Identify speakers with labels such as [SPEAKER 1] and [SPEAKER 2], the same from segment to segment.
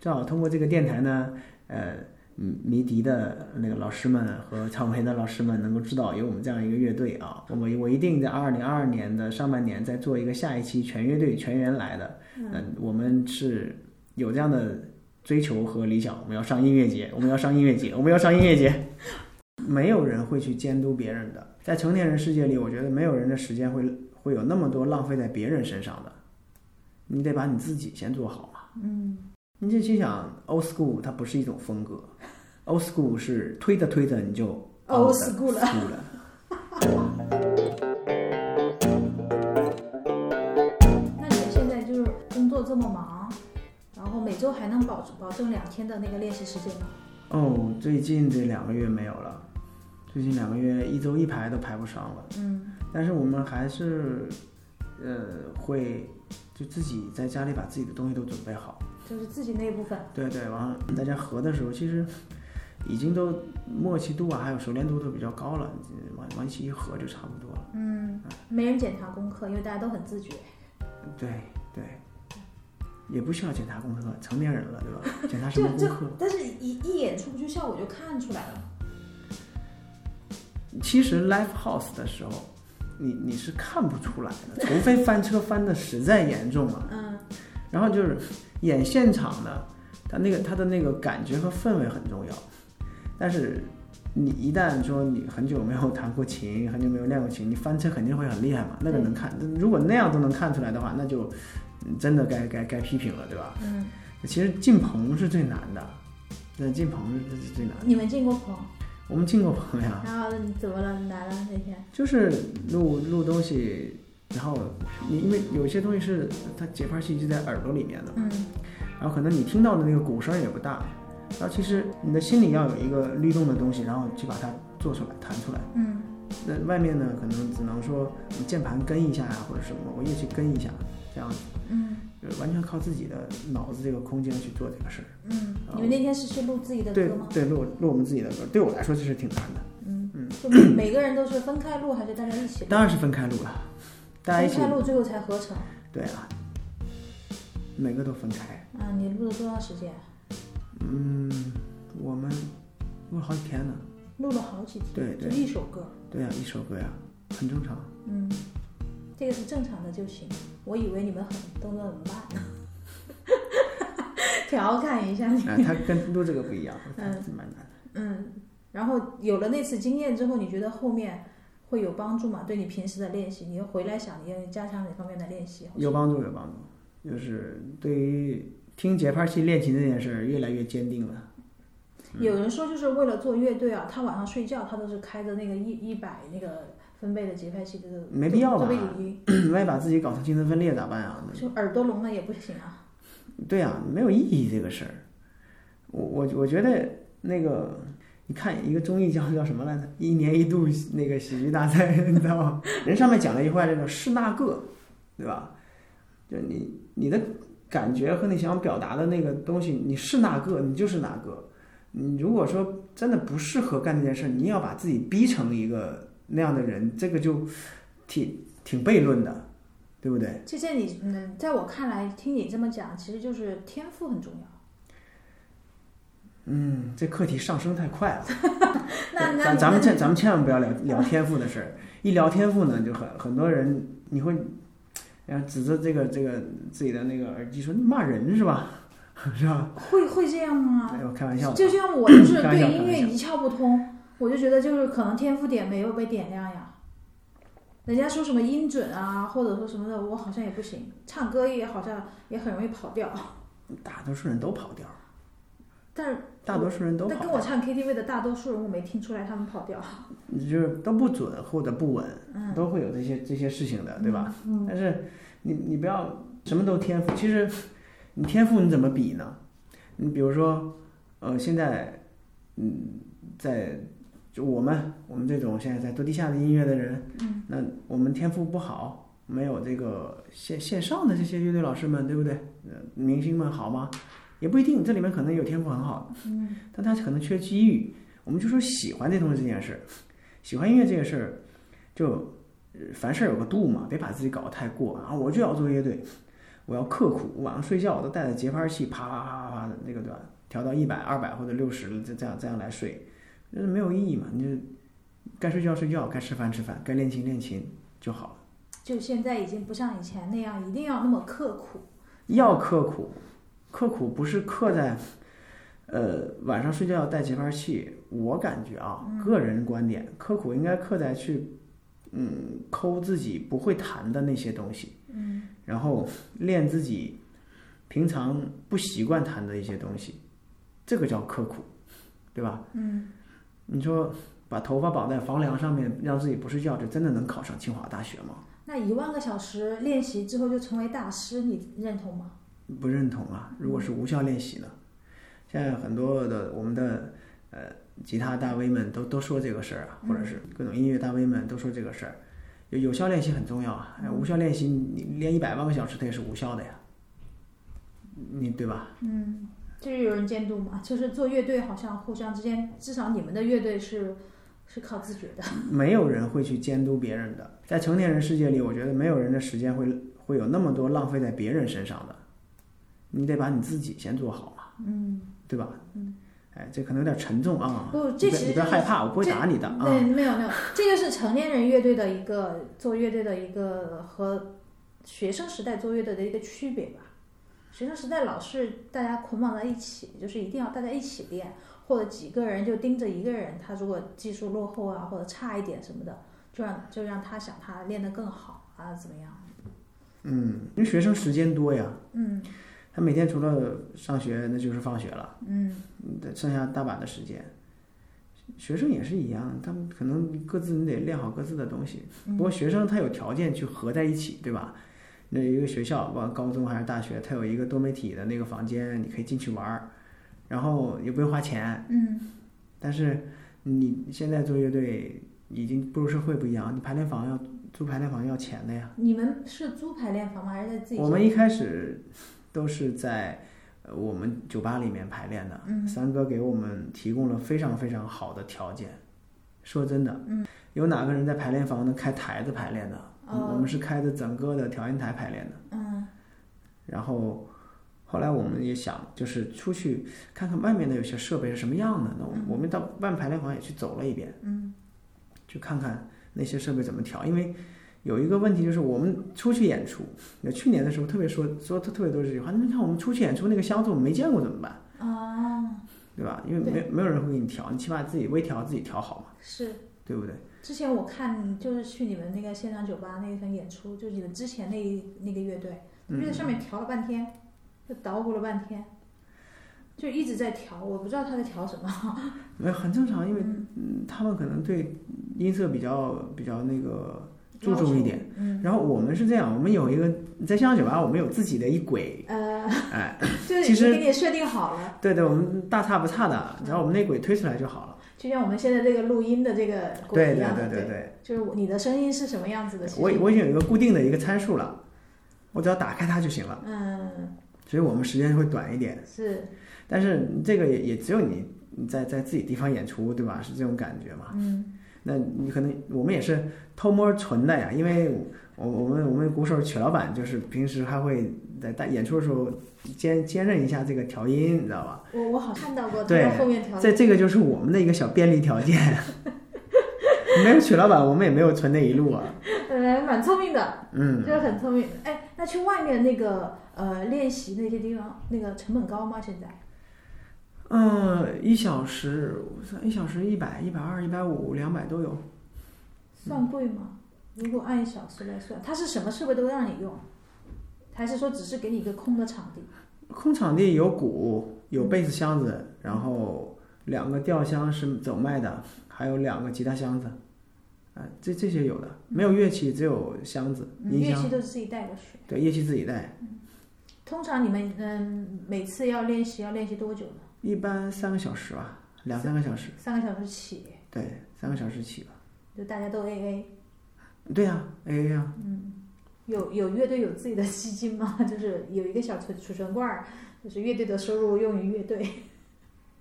[SPEAKER 1] 正好通过这个电台呢，呃，嗯，迷笛的那个老师们和草莓的老师们能够知道有我们这样一个乐队啊。我们我一定在二零二二年的上半年再做一个下一期全乐队全员来的。嗯、我们是有这样的追求和理想，我们要上音乐节，我们要上音乐节，我们要上音乐节。没有人会去监督别人的，在成年人世界里，我觉得没有人的时间会会有那么多浪费在别人身上的。你得把你自己先做好嘛。
[SPEAKER 2] 嗯，
[SPEAKER 1] 你就心想，old school 它不是一种风格，old school 是推着推着你就
[SPEAKER 2] Old 哦 school 了
[SPEAKER 1] school 了。
[SPEAKER 2] 那你现在就是工作这么忙，然后每周还能保保证两天的那个练习时间吗？
[SPEAKER 1] 哦，最近这两个月没有了，最近两个月一周一排都排不上了。
[SPEAKER 2] 嗯
[SPEAKER 1] 但是我们还是，呃，会就自己在家里把自己的东西都准备好。，
[SPEAKER 2] 就是自己那部分。
[SPEAKER 1] 对对，完了大家合的时候，其实已经都默契度啊，还有熟练度都比较高了，往往一起一合就差不多了。
[SPEAKER 2] 嗯，没人检查功课，因为大家都很自觉。
[SPEAKER 1] 对对，也不需要检查功课，成年人了，对吧？检查什
[SPEAKER 2] 就
[SPEAKER 1] 么功
[SPEAKER 2] 就
[SPEAKER 1] 课？，
[SPEAKER 2] 但是一一眼出不去效果就看出来了。
[SPEAKER 1] 其实 live house 的时候，你你是看不出来的，除非翻车翻的实在严重了。
[SPEAKER 2] 嗯
[SPEAKER 1] 然后就是演现场呢，它那个它的那个感觉和氛围很重要，但是你一旦说你很久没有弹过琴，很久没有练过琴，你翻车肯定会很厉害嘛，那个
[SPEAKER 2] 对
[SPEAKER 1] 能看。如果那样都能看出来的话，那就嗯真的该该该批评了，对吧？
[SPEAKER 2] 嗯，
[SPEAKER 1] 其实进棚是最难的，那进棚是是最难的。
[SPEAKER 2] 你们进过棚，
[SPEAKER 1] 我们进过棚呀，
[SPEAKER 2] 然后你怎么了？你来了那天？
[SPEAKER 1] 就是录录东西，然后你因为有些东西是它节拍器就在耳朵里面的。
[SPEAKER 2] 嗯
[SPEAKER 1] 然后可能你听到的那个鼓声也不大，然后其实你的心里要有一个律动的东西，然后去把它做出来、弹出来。
[SPEAKER 2] 嗯
[SPEAKER 1] 那外面呢，可能只能说你键盘跟一下呀、或者什么，我乐器跟一下，这样子，
[SPEAKER 2] 嗯
[SPEAKER 1] 就完全靠自己的脑子这个空间去做这个事儿。
[SPEAKER 2] 嗯，你们那天是去录自己的
[SPEAKER 1] 对
[SPEAKER 2] 歌吗？
[SPEAKER 1] 对，录录我们自己的歌，对我来说这是挺难的，
[SPEAKER 2] 嗯，就每个人都是分开录还是大家一起录？
[SPEAKER 1] 当然是分开录了，大家一起
[SPEAKER 2] 分开，录最后才合成。
[SPEAKER 1] 对啊，每个都分开。
[SPEAKER 2] 啊，你录了多长时间？啊
[SPEAKER 1] 嗯，我们录了好几天呢，
[SPEAKER 2] 录了好几天，
[SPEAKER 1] 对对
[SPEAKER 2] 就一首歌。
[SPEAKER 1] 对呀、啊，一首歌呀、很正常。
[SPEAKER 2] 嗯，这个是正常的就行。我以为你们很动作很慢， 调侃一下你。
[SPEAKER 1] 啊，它跟录这个不一样，它
[SPEAKER 2] 嗯
[SPEAKER 1] 是蛮难的。
[SPEAKER 2] 嗯，然后有了那次经验之后，你觉得后面会有帮助吗？对你平时的练习，你又回来想，你要加强哪方面的练习？
[SPEAKER 1] 有帮助，有帮助，就是对于听节拍器练琴这件事儿越来越坚定了。
[SPEAKER 2] 有人说就是为了做乐队啊，他晚上睡觉他都是开着那个一一百那个分贝的节拍器的，
[SPEAKER 1] 没必要吧
[SPEAKER 2] 做背景音，
[SPEAKER 1] 万一把自己搞成精神分裂咋办啊？
[SPEAKER 2] 就耳朵聋了也不行啊。
[SPEAKER 1] 对啊，没有意义这个事儿。我我我觉得那个，你看一个综艺叫叫什么来着？一年一度那个喜剧大赛， 你知道吗？人上面讲了一块这个是那个，对吧？就你你的感觉和你想表达的那个东西，你是那个，你就是那个。你如果说真的不适合干这件事，你要把自己逼成一个那样的人，这个就挺挺悖论的，对不对？
[SPEAKER 2] 这在你嗯，在我看来，听你这么讲，其实就是天赋很重要。
[SPEAKER 1] 嗯，这课题上升太快了。
[SPEAKER 2] 那
[SPEAKER 1] 对
[SPEAKER 2] 那
[SPEAKER 1] 咱
[SPEAKER 2] 你
[SPEAKER 1] 咱们
[SPEAKER 2] 那
[SPEAKER 1] 千咱们千万不要聊聊天赋的事儿，一聊天赋呢，就很很多人你会，然后指着这个这个自己的那个耳机说你骂人是吧？ 是吧？
[SPEAKER 2] 会会这样吗？
[SPEAKER 1] 哎，我开玩笑的，
[SPEAKER 2] 啊就像我就是
[SPEAKER 1] 开玩笑
[SPEAKER 2] 对音
[SPEAKER 1] 开玩
[SPEAKER 2] 乐
[SPEAKER 1] 笑
[SPEAKER 2] 一窍不通，我就觉得就是可能天赋点没有被点亮呀。人家说什么音准啊，或者说什么的，我好像也不行。唱歌也好像也很容易跑调，
[SPEAKER 1] 大多数人都跑调，
[SPEAKER 2] 但是
[SPEAKER 1] 大多数人都
[SPEAKER 2] 但
[SPEAKER 1] 跑
[SPEAKER 2] 跟我
[SPEAKER 1] 调，
[SPEAKER 2] 唱 KTV 的大多数人，我没听出来他们跑调。
[SPEAKER 1] 你就是都不准或者不稳，
[SPEAKER 2] 嗯
[SPEAKER 1] 都会有这些这些事情的，对吧？
[SPEAKER 2] 嗯，
[SPEAKER 1] 但是你你不要什么都天赋，其实你天赋你怎么比呢？你比如说，呃，现在嗯，在就我们我们这种现在在做地下的音乐的人，
[SPEAKER 2] 嗯，
[SPEAKER 1] 那我们天赋不好，没有这个线线上的这些乐队老师们，对不对？呃，明星们好吗？也不一定，这里面可能有天赋很好的，
[SPEAKER 2] 嗯，
[SPEAKER 1] 但他可能缺机遇。我们就说喜欢这东西这件事儿，喜欢音乐这个事儿，就呃凡事有个度嘛，别把自己搞得太过啊！我就要做乐队，我要刻苦，晚上睡觉我都带着节拍器，啪啪啪啪啪的那个对吧？调到一百、二百或者六十，这这样这样来睡，就是没有意义嘛。你就该睡觉睡觉，该吃饭吃饭，该练琴练琴就好了。
[SPEAKER 2] 就现在已经不像以前那样一定要那么刻苦。
[SPEAKER 1] 要刻苦，刻苦不是刻在，呃，晚上睡觉带节拍器。我感觉啊，
[SPEAKER 2] 嗯
[SPEAKER 1] 个人观点，刻苦应该刻在去，嗯，抠自己不会弹的那些东西，
[SPEAKER 2] 嗯，
[SPEAKER 1] 然后练自己平常不习惯弹的一些东西，这个叫刻苦，对吧？
[SPEAKER 2] 嗯，
[SPEAKER 1] 你说把头发绑在房梁上面，让自己不睡觉，这真的能考上清华大学吗？
[SPEAKER 2] 那一万个小时练习之后就成为大师，你认同吗？
[SPEAKER 1] 不认同啊。如果是无效练习呢？现在很多的我们的呃吉他大 V 们都都说这个事儿啊，或者是各种音乐大 V 们都说这个事儿。有有效练习很重要啊，哎无效练习你你练一百万个小时它也是无效的呀，你对吧？
[SPEAKER 2] 嗯，就是有人监督嘛，就是做乐队好像互相之间，至少你们的乐队是是靠自觉的。
[SPEAKER 1] 没有人会去监督别人的，在成年人世界里，我觉得没有人的时间会会有那么多浪费在别人身上的，你得把你自己先做好嘛，
[SPEAKER 2] 嗯，
[SPEAKER 1] 对吧？哎，这可能有点沉重啊，
[SPEAKER 2] 不，
[SPEAKER 1] 你别
[SPEAKER 2] 这其
[SPEAKER 1] 你不
[SPEAKER 2] 实就
[SPEAKER 1] 要
[SPEAKER 2] 是
[SPEAKER 1] 害怕，我不会
[SPEAKER 2] 这
[SPEAKER 1] 打你的啊。
[SPEAKER 2] 对，没有没有，这个是成年人乐队的一个做乐队的一个和学生时代做乐队的一个区别吧。学生时代老是大家捆绑在一起，就是一定要大家一起练，或者几个人就盯着一个人，他如果技术落后啊或者差一点什么的，就让就让他想他练得更好啊怎么样？
[SPEAKER 1] 嗯，因为学生时间多呀，
[SPEAKER 2] 嗯
[SPEAKER 1] 他每天除了上学，那就是放学了，
[SPEAKER 2] 嗯
[SPEAKER 1] 嗯剩下大把的时间。学生也是一样，他们可能各自你得练好各自的东西。
[SPEAKER 2] 嗯
[SPEAKER 1] 不过学生他有条件去合在一起，对吧？那一个学校，不管高中还是大学，他有一个多媒体的那个房间，你可以进去玩儿，然后也不用花钱。
[SPEAKER 2] 嗯，
[SPEAKER 1] 但是你现在做乐队已经步入社会不一样，你排练房要租排练房要钱的呀。
[SPEAKER 2] 你们是租排练房吗？还是在自己家？
[SPEAKER 1] 我们一开始都是在呃我们酒吧里面排练的，
[SPEAKER 2] 嗯
[SPEAKER 1] 三哥给我们提供了非常非常好的条件。说真的，
[SPEAKER 2] 嗯
[SPEAKER 1] 有哪个人在排练房能开台子排练的？
[SPEAKER 2] 哦
[SPEAKER 1] 我们是开的整个的调音台排练的。
[SPEAKER 2] 嗯
[SPEAKER 1] 然后后来我们也想，就是出去看看外面的有些设备是什么样的。那我们
[SPEAKER 2] 嗯
[SPEAKER 1] 我们到外面排练房也去走了一遍，
[SPEAKER 2] 嗯
[SPEAKER 1] 去看看那些设备怎么调。因为有一个问题就是，我们出去演出，那去年的时候特别说说特特别多这句话。你看我们出去演出那个箱子我们没见过怎么办，
[SPEAKER 2] 啊，
[SPEAKER 1] 对吧？因为没没有人会给你调，你起码自己微调自己调好嘛，
[SPEAKER 2] 是。
[SPEAKER 1] 对不对？
[SPEAKER 2] 之前我看就是去你们那个现场酒吧那一场演出，就你们之前那一那个乐队，就在
[SPEAKER 1] 嗯，
[SPEAKER 2] 上面调了半天，就捣鼓了半天，就一直在调，我不知道他在调什么。
[SPEAKER 1] 没有很正常，因为
[SPEAKER 2] 嗯
[SPEAKER 1] 嗯他们可能对音色比较比较那个注重一点。，
[SPEAKER 2] 嗯，
[SPEAKER 1] 然后我们是这样，我们有一个在香港酒吧，我们有自己的一轨，
[SPEAKER 2] 呃，
[SPEAKER 1] 哎，
[SPEAKER 2] 就是
[SPEAKER 1] 其
[SPEAKER 2] 已经
[SPEAKER 1] 实
[SPEAKER 2] 给你设定好了，
[SPEAKER 1] 对对，我们大差不差的，只要我们那轨推出来就好了。
[SPEAKER 2] 就像我们现在这个录音的这个轨
[SPEAKER 1] 对
[SPEAKER 2] 一
[SPEAKER 1] 对
[SPEAKER 2] 样
[SPEAKER 1] 对
[SPEAKER 2] 的，
[SPEAKER 1] 对
[SPEAKER 2] 对，
[SPEAKER 1] 对，
[SPEAKER 2] 就是你的声音是什么样子的，
[SPEAKER 1] 我我已经有一个固定的一个参数了，我只要打开它就行了，
[SPEAKER 2] 嗯
[SPEAKER 1] 所以我们时间会短一点。
[SPEAKER 2] 是
[SPEAKER 1] 但是这个也也只有你你在在自己地方演出，对吧？是这种感觉嘛？
[SPEAKER 2] 嗯
[SPEAKER 1] 那你可能我们也是偷摸存的呀，因为我我们我们鼓手曲老板就是平时还会在在演出的时候兼兼任一下这个调音，你知道吧？
[SPEAKER 2] 我我好像看到过他
[SPEAKER 1] 对
[SPEAKER 2] 在后面调，
[SPEAKER 1] 这这个就是我们的一个小便利条件。没有曲老板，我们也没有存那一路啊。
[SPEAKER 2] 呃，蛮聪明的。
[SPEAKER 1] 嗯，
[SPEAKER 2] 就是很聪明。哎，那去外面那个呃练习那些地方，那个成本高吗？现在？
[SPEAKER 1] 嗯，一小时，我算一小时一百、一百二、一百五、两百都有。
[SPEAKER 2] 算贵吗？如果按小时来算，它是什么设备都让你用，还是说只是给你一个空的场地？
[SPEAKER 1] 空场地有鼓，有贝斯箱子，然后两个吊箱是走卖的，还有两个吉他箱子。啊、这这些有的，没有乐器，只有箱子、
[SPEAKER 2] 嗯，
[SPEAKER 1] 音
[SPEAKER 2] 乐
[SPEAKER 1] 箱
[SPEAKER 2] 器。都是自己带过去。
[SPEAKER 1] 对，乐器自己带，
[SPEAKER 2] 通常你们嗯每次要练习要练习多久呢？
[SPEAKER 1] 一般三个小时吧，两三个小时，
[SPEAKER 2] 三个小时起，
[SPEAKER 1] 对，三个小时起吧。
[SPEAKER 2] 就大家都 A A。
[SPEAKER 1] 对呀、哎呀、
[SPEAKER 2] 有有乐队有自己的基金吗？ 就是有一个小储储存罐儿，就是乐队的收入用于乐队。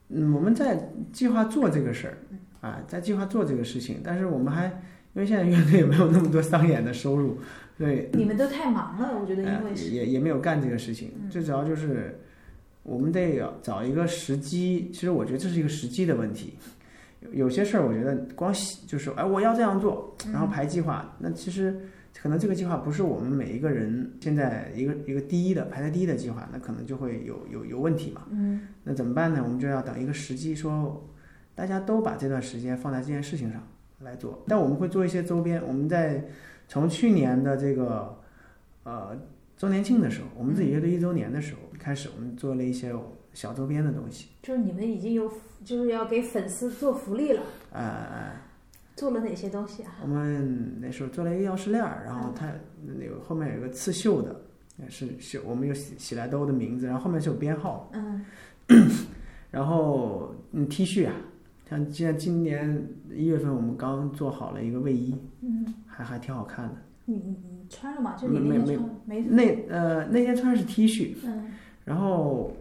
[SPEAKER 1] 嗯，我们在计划做这个事儿，啊，在计划做这个事情，但是我们还因为现在乐队也没有那么多商演的收入，对，
[SPEAKER 2] 你们都太忙了，我觉得因
[SPEAKER 1] 呃
[SPEAKER 2] 为是，嗯
[SPEAKER 1] 也也没有干这个事情，最主要就是我们得找一个时机。其实我觉得这是一个时机的问题。有有些事儿，我觉得光喜就是哎，我要这样做，然
[SPEAKER 2] 嗯
[SPEAKER 1] 后排计划。那其实可能这个计划不是我们每一个人现在一个一个第一的排在第一的计划，那可能就会有有有问题嘛。
[SPEAKER 2] 嗯
[SPEAKER 1] 那怎么办呢？我们就要等一个时机说，大家都把这段时间放在这件事情上来做。但我们会做一些周边，我们在从去年的这个呃周年庆的时候，我们自己乐队一周年的时候开始，我们做了一些小周边的东西。
[SPEAKER 2] 就是你们已经有就是要给粉丝做福利了，
[SPEAKER 1] 呃，
[SPEAKER 2] 做了哪些东西啊？
[SPEAKER 1] 我们那时候做了一个钥匙链儿，然后它那个后面有个刺绣的，呃是绣，我们有喜喜来登的名字，然后后面是有编号的。
[SPEAKER 2] 嗯
[SPEAKER 1] 然后嗯，T 恤啊，像现在今年一月份我们刚做好了一个卫衣，
[SPEAKER 2] 嗯，
[SPEAKER 1] 还还挺好看的。
[SPEAKER 2] 你你你穿了吗？就你
[SPEAKER 1] 没
[SPEAKER 2] 那
[SPEAKER 1] 没
[SPEAKER 2] 天穿了没？
[SPEAKER 1] 那呃那天穿的是 T 恤，
[SPEAKER 2] 嗯，
[SPEAKER 1] 然后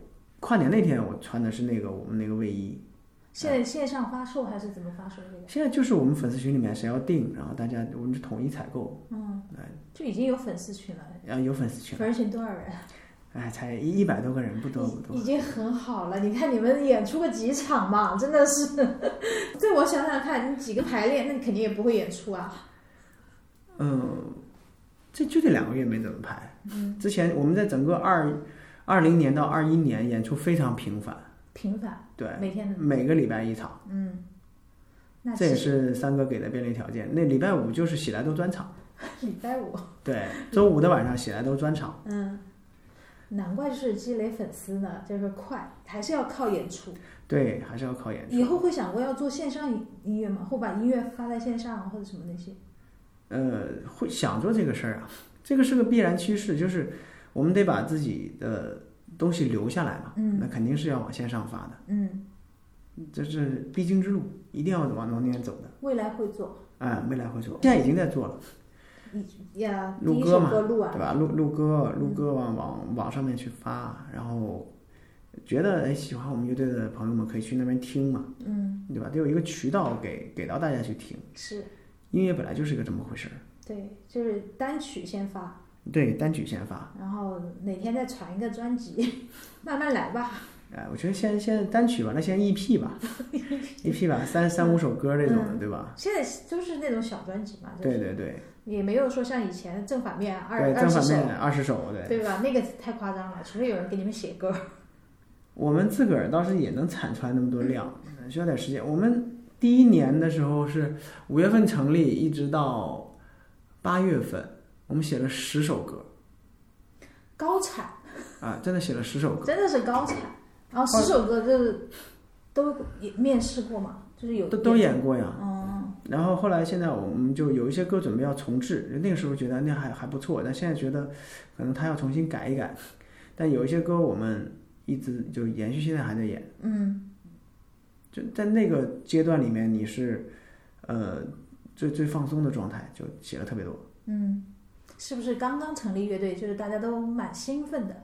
[SPEAKER 1] 跨年那天我穿的是那个我们那个卫衣。
[SPEAKER 2] 现在线上发售还是怎么发售这个？
[SPEAKER 1] 现在就是我们粉丝群里面谁要订，然后大家我们就统一采购。
[SPEAKER 2] 嗯
[SPEAKER 1] 哎，
[SPEAKER 2] 就已经有粉丝群了，
[SPEAKER 1] 然后有粉丝群，
[SPEAKER 2] 粉丝群多少人？
[SPEAKER 1] 哎，才一一百多个人，不多不
[SPEAKER 2] 已
[SPEAKER 1] 多
[SPEAKER 2] 已。经很好了，你看你们演出个几场嘛，真的是。 这我想想看，你几个排练，那你肯定也不会演出啊。
[SPEAKER 1] 嗯，这就这两个月没怎么排。
[SPEAKER 2] 嗯，
[SPEAKER 1] 之前我们在整个二二零年到二一年演出非常频繁，
[SPEAKER 2] 频繁，
[SPEAKER 1] 对，
[SPEAKER 2] 每天的，
[SPEAKER 1] 每个礼拜一场。
[SPEAKER 2] 嗯。那
[SPEAKER 1] 这也
[SPEAKER 2] 其实
[SPEAKER 1] 是三哥给的便利条件。那礼拜五就是喜来登专场，
[SPEAKER 2] 礼拜五，
[SPEAKER 1] 对，周五的晚上喜来登专场，
[SPEAKER 2] 嗯，难怪就是积累粉丝呢，就是快，还是要靠演出。
[SPEAKER 1] 对，还是要靠演
[SPEAKER 2] 以
[SPEAKER 1] 出。
[SPEAKER 2] 后会想过要做线上音音乐吗？会把音乐发在线上啊或者什么那些？
[SPEAKER 1] 呃，会想做这个事儿啊，这个是个必然趋势，就是我们得把自己的东西留下来嘛，
[SPEAKER 2] 嗯
[SPEAKER 1] 那肯定是要往线上发的，
[SPEAKER 2] 嗯，
[SPEAKER 1] 这是必经之路，一定要往那边走的。
[SPEAKER 2] 未来会做，
[SPEAKER 1] 哎、未来会做，现在已经在做了，
[SPEAKER 2] 呀，第
[SPEAKER 1] 录
[SPEAKER 2] 一
[SPEAKER 1] 歌
[SPEAKER 2] 首
[SPEAKER 1] 嘛
[SPEAKER 2] 歌录完
[SPEAKER 1] 对吧？录录歌，录歌往往往上面去发，然后觉得哎喜欢我们乐队的朋友们可以去那边听嘛。
[SPEAKER 2] 嗯，
[SPEAKER 1] 对吧？得有一个渠道给给到大家去听。
[SPEAKER 2] 是
[SPEAKER 1] 音乐本来就是个这么回事儿，
[SPEAKER 2] 对，就是单曲先发。
[SPEAKER 1] 对，单曲先发。
[SPEAKER 2] 然后哪天再传一个专辑， 慢慢来吧。
[SPEAKER 1] 哎，我觉得先先单曲吧，那先 EP 吧，EP 吧，三三五首歌这种的，对吧？
[SPEAKER 2] 现在就是那种小专辑嗯嘛，就
[SPEAKER 1] 对
[SPEAKER 2] 是
[SPEAKER 1] 对对，
[SPEAKER 2] 也没有说像以前正反面二
[SPEAKER 1] 对
[SPEAKER 2] 二
[SPEAKER 1] 正
[SPEAKER 2] 十
[SPEAKER 1] 反
[SPEAKER 2] 首，
[SPEAKER 1] 面二十首，对。
[SPEAKER 2] 对吧？那个太夸张了，除非有人给你们写歌。
[SPEAKER 1] 我们自个儿倒是也能产出来那么多量，需要点时间。我们第一年的时候是五月份成立，一直到八月份，我们写了十首歌
[SPEAKER 2] 高产，
[SPEAKER 1] 啊，真的写了十首歌，
[SPEAKER 2] 真的是高产。然后十首歌就是都也面试过嘛，就是有
[SPEAKER 1] 都都演过呀。
[SPEAKER 2] 嗯
[SPEAKER 1] 然后后来现在我们就有一些歌准备要重置，那个时候觉得那还还不错，但现在觉得可能他要重新改一改。但有一些歌我们一直就延续，现在还在演。
[SPEAKER 2] 嗯
[SPEAKER 1] 就在那个阶段里面，你是呃最最放松的状态，就写了特别多。
[SPEAKER 2] 嗯，是不是刚刚成立乐队，就是大家都蛮兴奋的？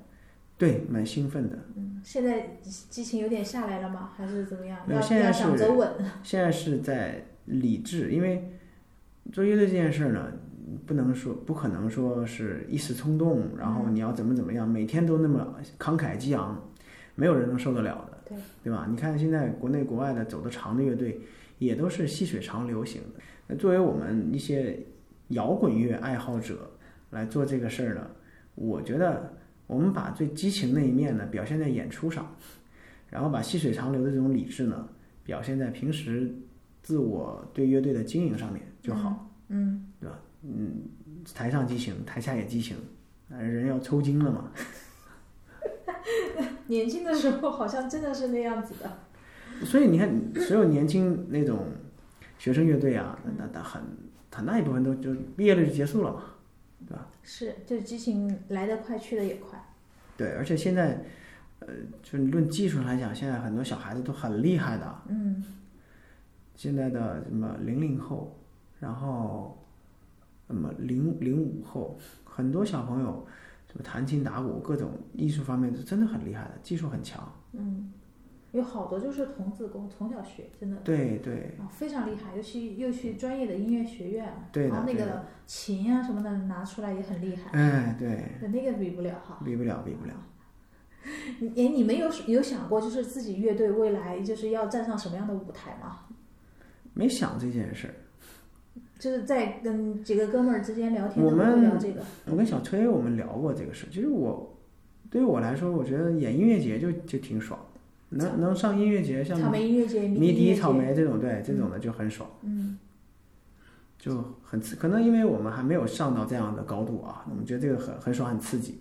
[SPEAKER 1] 对，蛮兴奋的。
[SPEAKER 2] 嗯，现在激情有点下来了吗？还是怎么样？
[SPEAKER 1] 没有
[SPEAKER 2] 要
[SPEAKER 1] 现在
[SPEAKER 2] 要想
[SPEAKER 1] 是
[SPEAKER 2] 走稳。
[SPEAKER 1] 现在是在理智，因为做乐队这件事儿呢，不能说不可能说是一时冲动，然后你要怎么怎么样，每天都那么慷慨激昂，没有人能受得了的，
[SPEAKER 2] 对
[SPEAKER 1] 对吧？你看现在国内国外的走得长的乐队，也都是细水长流型的。那作为我们一些摇滚乐爱好者来做这个事儿呢，我觉得我们把最激情那一面呢表现在演出上，然后把细水长流的这种理智呢表现在平时自我对乐队的经营上面就好。嗯
[SPEAKER 2] 嗯。
[SPEAKER 1] 台上激情，台下也激情，呃人要抽筋了嘛。
[SPEAKER 2] 年轻的时候好像真的是那样子的，
[SPEAKER 1] 所以你看，所有年轻那种学生乐队啊，那那那很很大一部分都就毕业了就结束了嘛。
[SPEAKER 2] 是，就是激情来得快，去得也快。
[SPEAKER 1] 对，而且现在，呃，就论技术来讲，现在很多小孩子都很厉害的。
[SPEAKER 2] 嗯，
[SPEAKER 1] 现在的什么零零后，然后什么零零五后，很多小朋友什么弹琴打鼓各种艺术方面是真的很厉害的，技术很强。
[SPEAKER 2] 嗯，有好多就是童子功，从小学，真的。
[SPEAKER 1] 对对
[SPEAKER 2] 啊，非常厉害，又去又去专业的音乐学院，啊
[SPEAKER 1] 对的
[SPEAKER 2] 然后那
[SPEAKER 1] 对
[SPEAKER 2] 个琴啊什么的拿出来也很厉害，
[SPEAKER 1] 哎对，
[SPEAKER 2] 对那个比不了哈。
[SPEAKER 1] 比不了比不了。
[SPEAKER 2] 你哎，你们有有想过就是自己乐队未来就是要站上什么样的舞台吗？
[SPEAKER 1] 没想这件事儿，
[SPEAKER 2] 就是在跟几个哥们儿之间聊天，
[SPEAKER 1] 我们
[SPEAKER 2] 会聊这个，
[SPEAKER 1] 我跟小崔我们聊过这个事儿。其实我对于我来说，我觉得演音乐节就就挺爽，能能上音乐节，像
[SPEAKER 2] 草莓音乐节、
[SPEAKER 1] 迷
[SPEAKER 2] 笛音乐
[SPEAKER 1] 笛、
[SPEAKER 2] 节
[SPEAKER 1] 草，莓这种，对这种的就很爽，
[SPEAKER 2] 嗯，
[SPEAKER 1] 就很刺。可能因为我们还没有上到这样的高度啊，我们觉得这个很很爽，很刺激。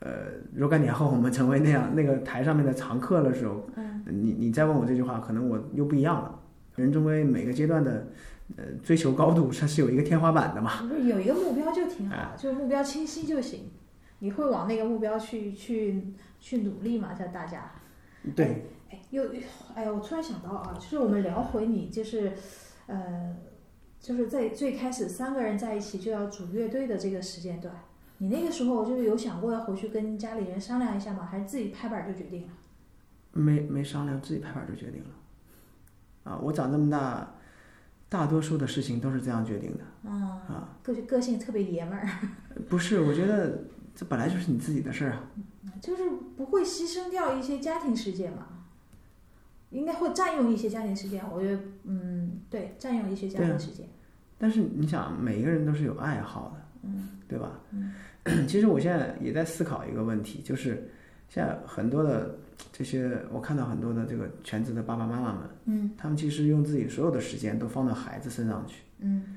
[SPEAKER 1] 呃，若干年后我们成为那样那个台上面的常客的时候，
[SPEAKER 2] 嗯
[SPEAKER 1] 你你再问我这句话，可能我又不一样了。人终归每个阶段的呃追求高度，它是有一个天花板的嘛。
[SPEAKER 2] 不是有一个目标就挺好
[SPEAKER 1] 啊哎，
[SPEAKER 2] 就是目标清晰就行，你会往那个目标去去去努力嘛，像大家。
[SPEAKER 1] 对，
[SPEAKER 2] 哎，又哎呀，我突然想到啊，就是我们聊回你，就是，呃，就是在最开始三个人在一起就要组乐队的这个时间段，你那个时候就是有想过要回去跟家里人商量一下吗？还是自己拍板就决定了？
[SPEAKER 1] 没没商量，自己拍板就决定了。啊，我长这么大，大多数的事情都是这样决定的。
[SPEAKER 2] 嗯，
[SPEAKER 1] 啊，
[SPEAKER 2] 个个性特别爷们儿，
[SPEAKER 1] 不是，我觉得这本来就是你自己的事儿啊。
[SPEAKER 2] 就是不会牺牲掉一些家庭时间嘛，应该会占用一些家庭时间。我觉得，嗯，对，占用一些家
[SPEAKER 1] 对啊
[SPEAKER 2] 庭时间。
[SPEAKER 1] 但是你想，每一个人都是有爱好的，
[SPEAKER 2] 嗯，
[SPEAKER 1] 对吧？嗯、 其实我现在也在思考一个问题，就是现在很多的这些，我看到很多的这个全职的爸爸妈妈们，
[SPEAKER 2] 嗯
[SPEAKER 1] 他们其实用自己所有的时间都放到孩子身上去。
[SPEAKER 2] 嗯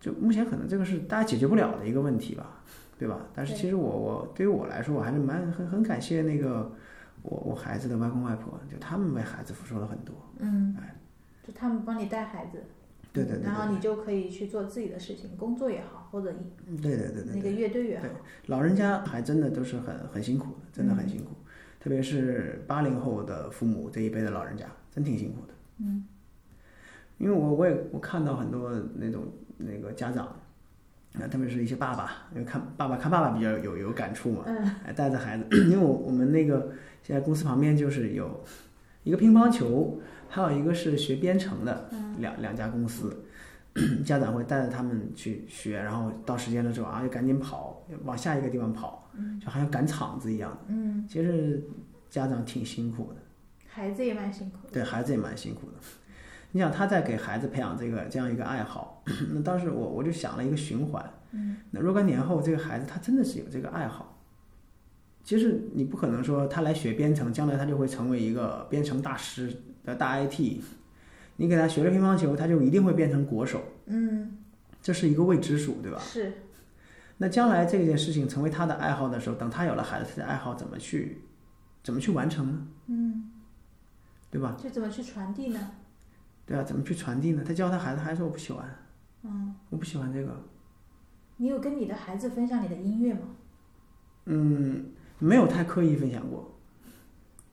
[SPEAKER 1] 就目前可能这个是大家解决不了的一个问题吧，对吧？但是
[SPEAKER 2] 对
[SPEAKER 1] 其实我我对于我来说，我还是蛮很很感谢那个我我孩子的外公外婆，就他们为孩子付出了很多。
[SPEAKER 2] 嗯
[SPEAKER 1] 哎，
[SPEAKER 2] 就他们帮你带孩子。
[SPEAKER 1] 对对对
[SPEAKER 2] 嗯然后你就可以去做自己的事情，工作也好，或者一
[SPEAKER 1] 对对对对对
[SPEAKER 2] 那个乐队也好
[SPEAKER 1] 对，老人家还真的都是很很辛苦的，真的很辛苦，特别是八零后的父母这一辈的老人家，真挺辛苦的。
[SPEAKER 2] 嗯，
[SPEAKER 1] 因为我我也我看到很多那种那个家长，啊，特别是一些爸爸，因为看爸爸看爸爸比较有有有感触嘛，
[SPEAKER 2] 嗯
[SPEAKER 1] 哎，带着孩子，因为我我们那个现在公司旁边就是有一个乒乓球，还有一个是学编程的，
[SPEAKER 2] 嗯
[SPEAKER 1] 两两家公司，家长会带着他们去学，然后到时间了之后啊，就赶紧跑，往下一个地方跑，
[SPEAKER 2] 嗯
[SPEAKER 1] 就好像赶场子一样。
[SPEAKER 2] 嗯，
[SPEAKER 1] 其实家长挺辛苦的，
[SPEAKER 2] 孩子也蛮辛苦的，
[SPEAKER 1] 对孩子也蛮辛苦的。你想他在给孩子培养这个这样一个爱好， 那当时我我就想了一个循环，
[SPEAKER 2] 嗯
[SPEAKER 1] 那若干年后这个孩子他真的是有这个爱好。其实你不可能说他来学编程，将来他就会成为一个编程大师的大 IT。你给他学了乒乓球，他就一定会变成国手。
[SPEAKER 2] 嗯，
[SPEAKER 1] 这是一个未知数，对吧？
[SPEAKER 2] 是，
[SPEAKER 1] 那将来这件事情成为他的爱好的时候，等他有了孩子，他的爱好怎么去怎么去完成呢？
[SPEAKER 2] 嗯，
[SPEAKER 1] 对吧？
[SPEAKER 2] 就怎么去传递呢？
[SPEAKER 1] 对啊，怎么去传递呢？他教他孩子，孩子说我不喜欢，
[SPEAKER 2] 嗯，
[SPEAKER 1] 我不喜欢这个，
[SPEAKER 2] 你有跟你的孩子分享你的音乐吗？
[SPEAKER 1] 嗯，没有太刻意分享过，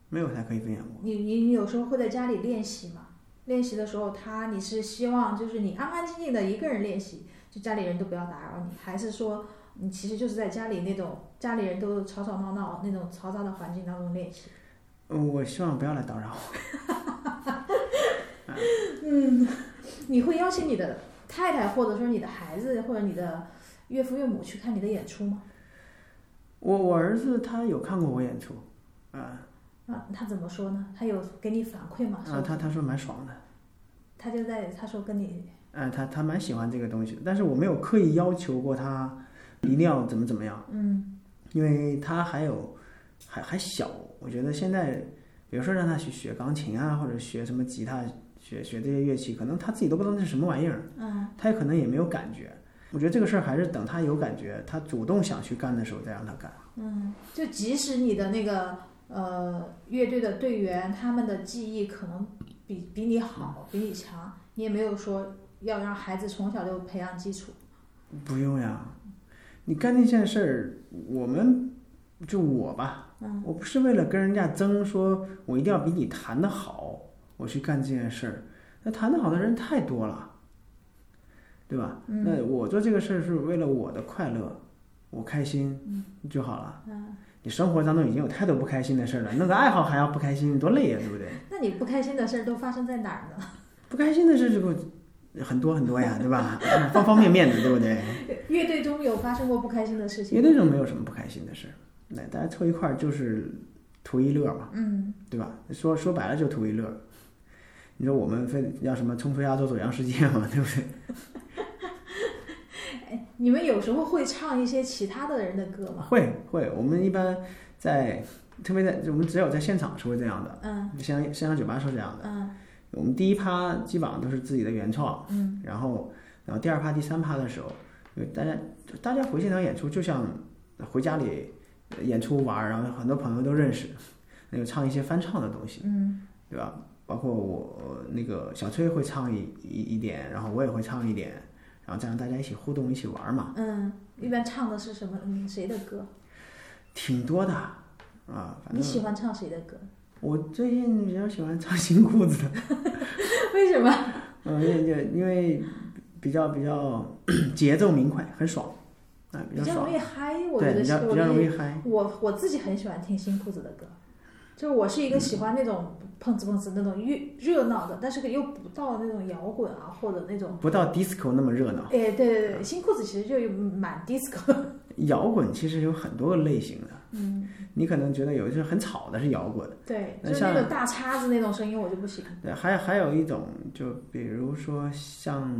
[SPEAKER 1] 没有太刻意分享过。
[SPEAKER 2] 你你你有时候会在家里练习吗？练习的时候，他你是希望就是你安安静静的一个人练习，就家里人都不要打扰你，还是说你其实就是在家里那种家里人都吵吵闹闹那种嘈杂的环境当中练习？
[SPEAKER 1] 嗯，我希望不要来打扰我。
[SPEAKER 2] 嗯，你会邀请你的太太，或者说你的孩子，或者你的岳父岳母去看你的演出吗？
[SPEAKER 1] 我我儿子他有看过我演出，啊
[SPEAKER 2] 啊，他怎么说呢？他有给你反馈吗？说
[SPEAKER 1] 啊，他他说蛮爽的，
[SPEAKER 2] 他就在他说跟你，
[SPEAKER 1] 啊，他他蛮喜欢这个东西的，但是我没有刻意要求过他一定要怎么怎么样。
[SPEAKER 2] 嗯
[SPEAKER 1] 因为他还有还还小，我觉得现在比如说让他去学钢琴啊，或者学什么吉他，学学这些乐器，可能他自己都不知道那是什么玩意儿，
[SPEAKER 2] 嗯
[SPEAKER 1] 他也可能也没有感觉。我觉得这个事儿还是等他有感觉，他主动想去干的时候再让他干。
[SPEAKER 2] 嗯，就即使你的那个呃乐队的队员，他们的技艺可能比比你好，比你强，你也没有说要让孩子从小就培养基础。
[SPEAKER 1] 不用呀，你干那件事儿，我们就我吧，
[SPEAKER 2] 嗯
[SPEAKER 1] 我不是为了跟人家争，说我一定要比你弹得好，我去干这件事儿。那弹得好的人太多了，对吧？
[SPEAKER 2] 嗯
[SPEAKER 1] 那我做这个事儿是为了我的快乐，我开心
[SPEAKER 2] 嗯
[SPEAKER 1] 就好了。
[SPEAKER 2] 嗯
[SPEAKER 1] 你生活当中已经有太多不开心的事儿了，弄个爱好还要不开心，多累呀、对不对？
[SPEAKER 2] 那你不开心的事儿都发生在哪儿呢？
[SPEAKER 1] 不开心的事这个很多很多呀，对吧？啊方方面面的，对不对？
[SPEAKER 2] 乐队中有发生过不开心的事情
[SPEAKER 1] 乐
[SPEAKER 2] 吗？
[SPEAKER 1] 队中没有什么不开心的事儿，那大家凑一块儿就是图一乐嘛，
[SPEAKER 2] 嗯，
[SPEAKER 1] 对吧？说说白了就图一乐。你说我们非要什么冲出亚洲走向世界嘛，对不对？
[SPEAKER 2] 哎，你们有时候会唱一些其他的人的歌吗？
[SPEAKER 1] 会会，我们一般在特别在我们只有在现场是会这样的，
[SPEAKER 2] 嗯
[SPEAKER 1] 像现场酒吧是这样的。
[SPEAKER 2] 嗯
[SPEAKER 1] 我们第一趴基本上都是自己的原创，
[SPEAKER 2] 嗯
[SPEAKER 1] 然后，然后第二趴、第三趴的时候，因为大家大家回现场演出，就像回家里呃演出玩儿，然后很多朋友都认识，那个唱一些翻唱的东西，
[SPEAKER 2] 嗯
[SPEAKER 1] 对吧？包括我呃那个小崔会唱一一一点，然后我也会唱一点，然后再让大家一起互动、一起玩儿嘛，
[SPEAKER 2] 嗯，一般唱的是什么？嗯，谁的歌？
[SPEAKER 1] 挺多的啊。反
[SPEAKER 2] 你
[SPEAKER 1] 正
[SPEAKER 2] 喜欢唱谁的歌？
[SPEAKER 1] 我最近比较喜欢唱新裤子的，
[SPEAKER 2] 为什么？
[SPEAKER 1] 嗯，因为因为比较比较 节奏明快，很爽，啊，比
[SPEAKER 2] 比
[SPEAKER 1] 较
[SPEAKER 2] 较
[SPEAKER 1] 爽
[SPEAKER 2] 容。易嗨，我觉
[SPEAKER 1] 对，
[SPEAKER 2] 得
[SPEAKER 1] 比
[SPEAKER 2] 是
[SPEAKER 1] 较
[SPEAKER 2] 我
[SPEAKER 1] 比较
[SPEAKER 2] 觉
[SPEAKER 1] 容易
[SPEAKER 2] 得
[SPEAKER 1] 嗨。
[SPEAKER 2] 我我自己很喜欢听新裤子的歌，就是我是一个喜欢那种碰瓷碰瓷那种热热闹的，但是又不到那种摇滚啊或者那种，
[SPEAKER 1] 不到 disco 那么热闹。
[SPEAKER 2] 哎，对对对，新裤子其实就有蛮 disco 的，
[SPEAKER 1] 摇滚其实有很多个类型的，
[SPEAKER 2] 嗯，
[SPEAKER 1] 你可能觉得有一些很吵的是摇滚，
[SPEAKER 2] 对，
[SPEAKER 1] 那
[SPEAKER 2] 就是那
[SPEAKER 1] 像
[SPEAKER 2] 种大叉子那种声音我就不行，
[SPEAKER 1] 对，还还有一种就比如说像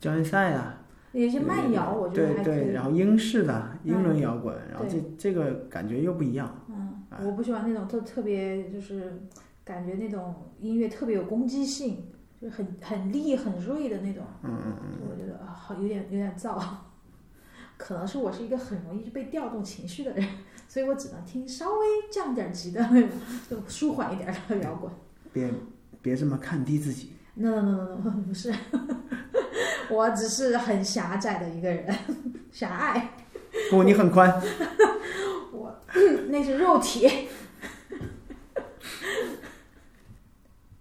[SPEAKER 1] 交响赛啊，
[SPEAKER 2] 有一些慢摇我觉得
[SPEAKER 1] 对
[SPEAKER 2] 还可
[SPEAKER 1] 对，
[SPEAKER 2] 以，
[SPEAKER 1] 然后英式的
[SPEAKER 2] 嗯
[SPEAKER 1] 英伦摇滚，然后这这个感觉又不一样。
[SPEAKER 2] 嗯，我不喜欢那种特特别就是感觉那种音乐特别有攻击性，就是很很利很锐的那种。
[SPEAKER 1] 嗯嗯嗯，
[SPEAKER 2] 我觉得啊，好有点有点燥， 可能是我是一个很容易被调动情绪的人， 所以我只能听稍微降点级的那种，就舒缓一点的摇滚。
[SPEAKER 1] 别别这么看低自己。
[SPEAKER 2] No no no no no，不是， 我只是很狭窄的一个人， 狭隘，
[SPEAKER 1] 不，你很宽，
[SPEAKER 2] 那是肉体。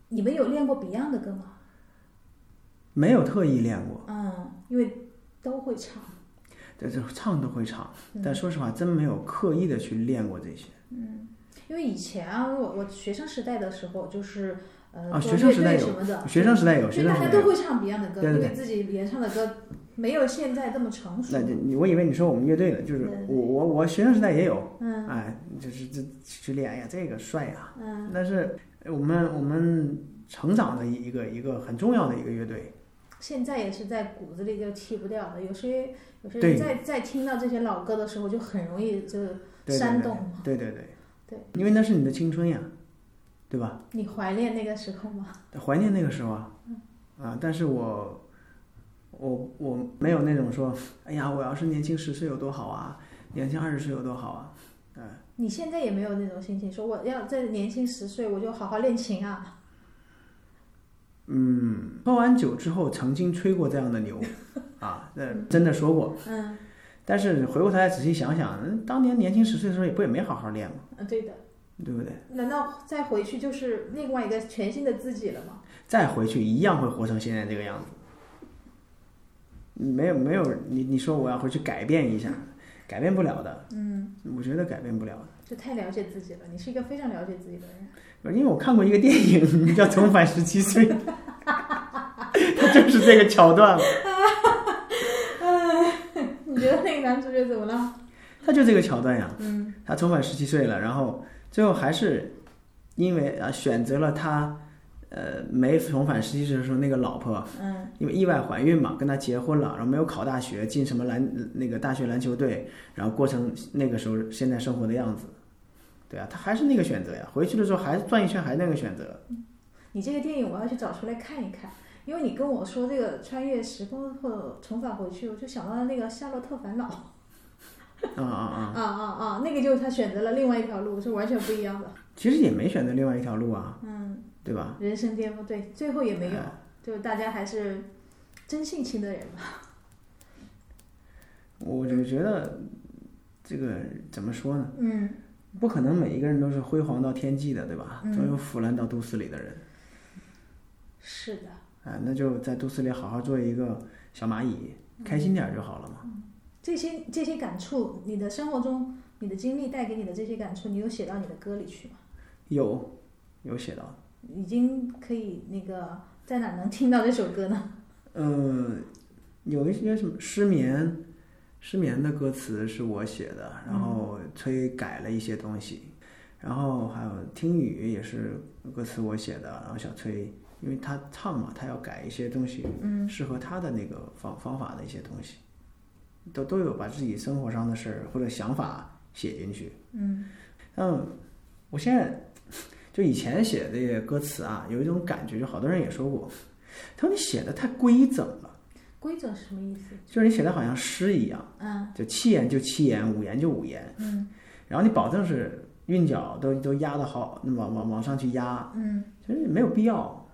[SPEAKER 2] 你们有练过 Beyond 的歌吗？
[SPEAKER 1] 没有特意练过，
[SPEAKER 2] 嗯，因为都会唱。
[SPEAKER 1] 这这唱都会唱，
[SPEAKER 2] 嗯
[SPEAKER 1] 但说实话，真没有刻意的去练过这些。
[SPEAKER 2] 因为以前啊，我我学生时代的时候，就是呃，
[SPEAKER 1] 啊
[SPEAKER 2] 做
[SPEAKER 1] 学生时代
[SPEAKER 2] 乐队
[SPEAKER 1] 有
[SPEAKER 2] 什么的，
[SPEAKER 1] 学生时代有，
[SPEAKER 2] 所
[SPEAKER 1] 学
[SPEAKER 2] 以
[SPEAKER 1] 生
[SPEAKER 2] 大
[SPEAKER 1] 时
[SPEAKER 2] 家
[SPEAKER 1] 代
[SPEAKER 2] 都
[SPEAKER 1] 有。
[SPEAKER 2] 会唱 Beyond 的歌，
[SPEAKER 1] 对对
[SPEAKER 2] 因
[SPEAKER 1] 对
[SPEAKER 2] 为自己原唱的歌没有现在这么成熟
[SPEAKER 1] 那。就你我以为你说我们乐队呢，就是
[SPEAKER 2] 对对对
[SPEAKER 1] 我我我学生时代也有，
[SPEAKER 2] 嗯
[SPEAKER 1] 哎，就是这去练，哎呀，这个帅呀、
[SPEAKER 2] 嗯，
[SPEAKER 1] 但是我们我们成长的一个一个很重要的一个乐队，
[SPEAKER 2] 现在也是在骨子里就剃不掉的。有些有些
[SPEAKER 1] 对
[SPEAKER 2] 人在在听到这些老歌的时候，就很容易就
[SPEAKER 1] 对
[SPEAKER 2] 煽
[SPEAKER 1] 对
[SPEAKER 2] 动
[SPEAKER 1] 对对对
[SPEAKER 2] 对，
[SPEAKER 1] 因为那是你的青春呀，对吧？
[SPEAKER 2] 你怀念那个时候吗？
[SPEAKER 1] 怀念那个时候啊，
[SPEAKER 2] 嗯
[SPEAKER 1] 啊，但是我我我没有那种说，哎呀，我要是年轻十岁有多好啊，年轻二十岁有多好啊，
[SPEAKER 2] 你现在也没有那种心情，说我要在年轻十岁我就好好练琴啊。
[SPEAKER 1] 嗯，喝完酒之后曾经吹过这样的牛，啊，那真的说过。
[SPEAKER 2] 嗯，
[SPEAKER 1] 但是回过头来仔细想想，嗯当年年轻十岁的时候也不也没好好练嘛，
[SPEAKER 2] 呃对的。
[SPEAKER 1] 对不对？
[SPEAKER 2] 难道再回去就是另外一个全新的自己了吗？
[SPEAKER 1] 再回去一样会活成现在这个样子。没有没有，你你说我要回去改变一下，改变不了的，
[SPEAKER 2] 嗯，
[SPEAKER 1] 我觉得改变不了的。
[SPEAKER 2] 就太了解自己了。你是一个非常了解自己的人。
[SPEAKER 1] 因为我看过一个电影叫《重返十七岁》，它就是这个桥段，
[SPEAKER 2] 你觉得那个男主角怎么了？
[SPEAKER 1] 它就这个桥段呀。
[SPEAKER 2] 嗯
[SPEAKER 1] 他重返十七岁了，然后最后还是因为啊选择了他呃没重返十七岁的时候那个老婆，
[SPEAKER 2] 嗯
[SPEAKER 1] 因为意外怀孕嘛，跟他结婚了，然后没有考大学，进什么篮那个大学篮球队，然后过成那个时候现在生活的样子。对啊，他还是那个选择呀，回去的时候还转一圈还是那个选择。
[SPEAKER 2] 你这个电影我要去找出来看一看，因为你跟我说这个穿越时空或者重返回去，我就想到了那个《夏洛特烦恼》
[SPEAKER 1] 啊啊啊！
[SPEAKER 2] 啊啊啊，那个就是他选择了另外一条路，是完全不一样的。
[SPEAKER 1] 其实也没选择另外一条路啊，
[SPEAKER 2] 嗯，
[SPEAKER 1] 对吧？
[SPEAKER 2] 人生巅峰，对，最后也没有
[SPEAKER 1] 哎，
[SPEAKER 2] 就是大家还是真性情的人嘛。
[SPEAKER 1] 我就觉得这个怎么说呢？
[SPEAKER 2] 嗯，
[SPEAKER 1] 不可能每一个人都是辉煌到天际的，对吧？
[SPEAKER 2] 嗯
[SPEAKER 1] 总有腐烂到都市里的人。
[SPEAKER 2] 是的。
[SPEAKER 1] 啊，那就在都市里好好做一个小蚂蚁，开心点儿就好了嘛。
[SPEAKER 2] 这些这些感触，你的生活中你的经历带给你的这些感触，你有写到你的歌里去吗？
[SPEAKER 1] 有有写到，
[SPEAKER 2] 已经可以那个在哪能听到这首歌呢？
[SPEAKER 1] 嗯，有一些什么失眠，失眠的歌词是我写的，然后崔改了一些东西，然后还有听雨也是歌词我写的，然后小崔因为他唱嘛，他要改一些东西，
[SPEAKER 2] 嗯，
[SPEAKER 1] 适合他的那个方方法的一些东西，都都有把自己生活上的事儿或者想法写进去。
[SPEAKER 2] 嗯
[SPEAKER 1] 嗯，我现在就以前写的这些歌词啊，有一种感觉，就好多人也说过，他说你写的太规整了，
[SPEAKER 2] 规整是什么意思？
[SPEAKER 1] 就是你写的好像诗一样，
[SPEAKER 2] 嗯
[SPEAKER 1] 就七言就七言，五言就五言，
[SPEAKER 2] 嗯
[SPEAKER 1] 然后你保证是韵脚都都压的好，那么往往往上去压，
[SPEAKER 2] 嗯
[SPEAKER 1] 其实没有必要，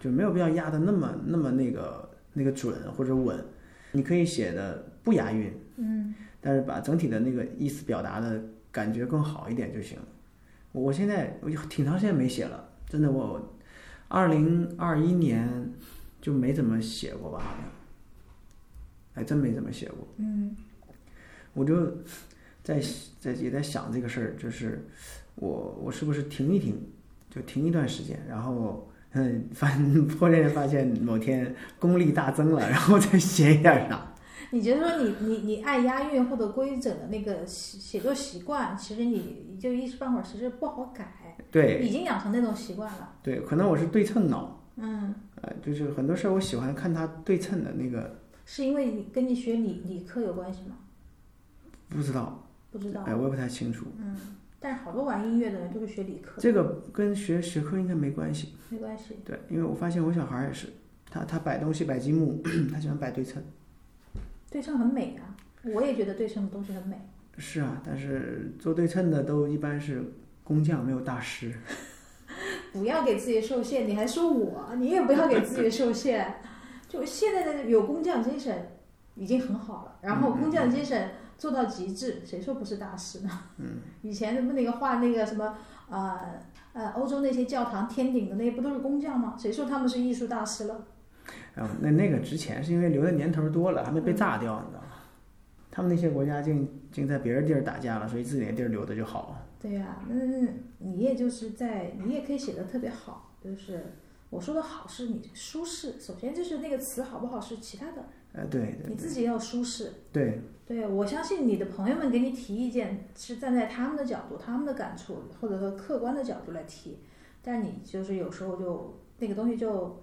[SPEAKER 1] 就没有必要压的那么那么那个那个准或者稳，你可以写的不押韵，
[SPEAKER 2] 嗯
[SPEAKER 1] 但是把整体的那个意思表达的感觉更好一点就行了。我我现在我就挺长时间没写了，真的我二零二一年就没怎么写过吧，好像还真没怎么写过。
[SPEAKER 2] 嗯
[SPEAKER 1] 我就在在也在想这个事儿，就是我我是不是停一停，就停一段时间，然后嗯，反 忽然发现某天功力大增了，然后再写一点啥。
[SPEAKER 2] 你觉得说你你你爱押韵或者规整的那个写写作习惯，其实你就一时半会儿其实不好改，
[SPEAKER 1] 对
[SPEAKER 2] 已经养成那种习惯了。
[SPEAKER 1] 对，可能我是对称脑，
[SPEAKER 2] 嗯，
[SPEAKER 1] 呃，就是很多事儿我喜欢看它对称的那个，
[SPEAKER 2] 是因为你跟你学理理科有关系吗？
[SPEAKER 1] 不知道，
[SPEAKER 2] 不知道。
[SPEAKER 1] 哎，我也不太清楚。
[SPEAKER 2] 嗯，但是好多玩音乐的人都是学理科，
[SPEAKER 1] 这个跟学学科应该没关系，
[SPEAKER 2] 没关系。
[SPEAKER 1] 对，因为我发现我小孩儿也是，他他摆东西摆积木， 他喜欢摆对称。
[SPEAKER 2] 对称很美啊，我也觉得对称的东西很美。
[SPEAKER 1] 是啊，但是做对称的都一般是工匠，没有大师。
[SPEAKER 2] 不要给自己受限，你还说我，你也不要给自己受限。 就现在的有工匠精神已经很好了，然后工匠精神做到极致，谁说不是大师呢？
[SPEAKER 1] 嗯，
[SPEAKER 2] 以前那不那个画那个什么呃呃欧洲那些教堂天顶的那不都是工匠吗？谁说他们是艺术大师了？
[SPEAKER 1] 然后啊那那个值钱是因为留的年头儿多了，还没
[SPEAKER 2] 嗯
[SPEAKER 1] 被炸掉，你知道吗？他们那些国家竟竟在别人地儿打架了，所以自己的地儿留着就好。
[SPEAKER 2] 对呀、那那你也就是在，你也可以写的特别好，就是我说的好是你舒适，首先就是那个词好不好是其他的，
[SPEAKER 1] 呃，对对
[SPEAKER 2] 你自己要舒适。
[SPEAKER 1] 对，
[SPEAKER 2] 对，我相信你的朋友们给你提意见是站在他们的角度、他们的感触，或者说客观的角度来提，但你就是有时候就那个东西就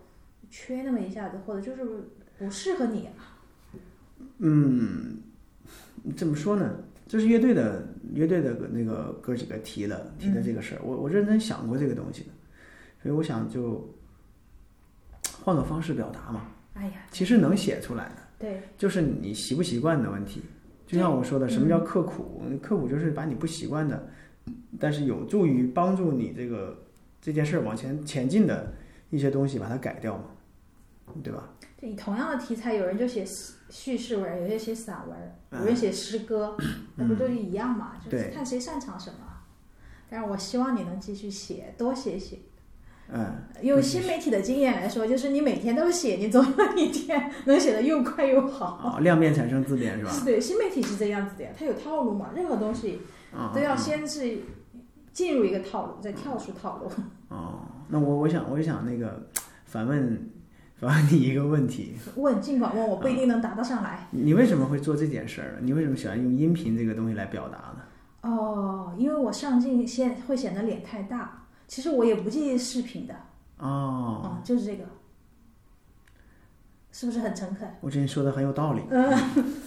[SPEAKER 2] 缺那么一下子，或者就是不适合你啊。
[SPEAKER 1] 嗯，怎么说呢？这是乐队的乐队的那个哥几个提的提的这
[SPEAKER 2] 嗯
[SPEAKER 1] 个事儿，我我认真想过这个东西的，所以我想就换个方式表达嘛。
[SPEAKER 2] 哎呀，
[SPEAKER 1] 其实能写出来的，
[SPEAKER 2] 对，
[SPEAKER 1] 就是你习不习惯的问题。就像我说的，
[SPEAKER 2] 对
[SPEAKER 1] 什么叫刻苦？刻苦就是把你不习惯的，但是有助于帮助你这个这件事儿往前前进的一些东西，把它改掉嘛，对吧？
[SPEAKER 2] 这同样的题材，有人就写叙事文，有人写散文，
[SPEAKER 1] 嗯
[SPEAKER 2] 有人写诗 歌，那不都一样嘛？就是
[SPEAKER 1] 对
[SPEAKER 2] 看谁擅长什么。但是我希望你能继续写，多写写。
[SPEAKER 1] 嗯，
[SPEAKER 2] 用新媒体的经验来说，就是你每天都写，你总有一天 能写得又快又好。
[SPEAKER 1] 啊，量变产生质变 是吧？
[SPEAKER 2] 对，新媒体是这样子的呀，它有套路嘛，任何东西
[SPEAKER 1] 啊，
[SPEAKER 2] 都要先是进入一个套路，再跳出套路。
[SPEAKER 1] 哦，那我我想我想那个反问反问你一个问题，
[SPEAKER 2] 问，尽管问，我不一定能答得上来。
[SPEAKER 1] 你为什么会做这件事儿啊呢？你为什么喜欢用音频这个东西来表达呢？
[SPEAKER 2] 哦，因为我上镜显会显得脸太大，其实我也不介意视频的，
[SPEAKER 1] 哦，
[SPEAKER 2] 哦，就是这个，是不是很诚恳？
[SPEAKER 1] 我觉得你说的很有道理。
[SPEAKER 2] 嗯，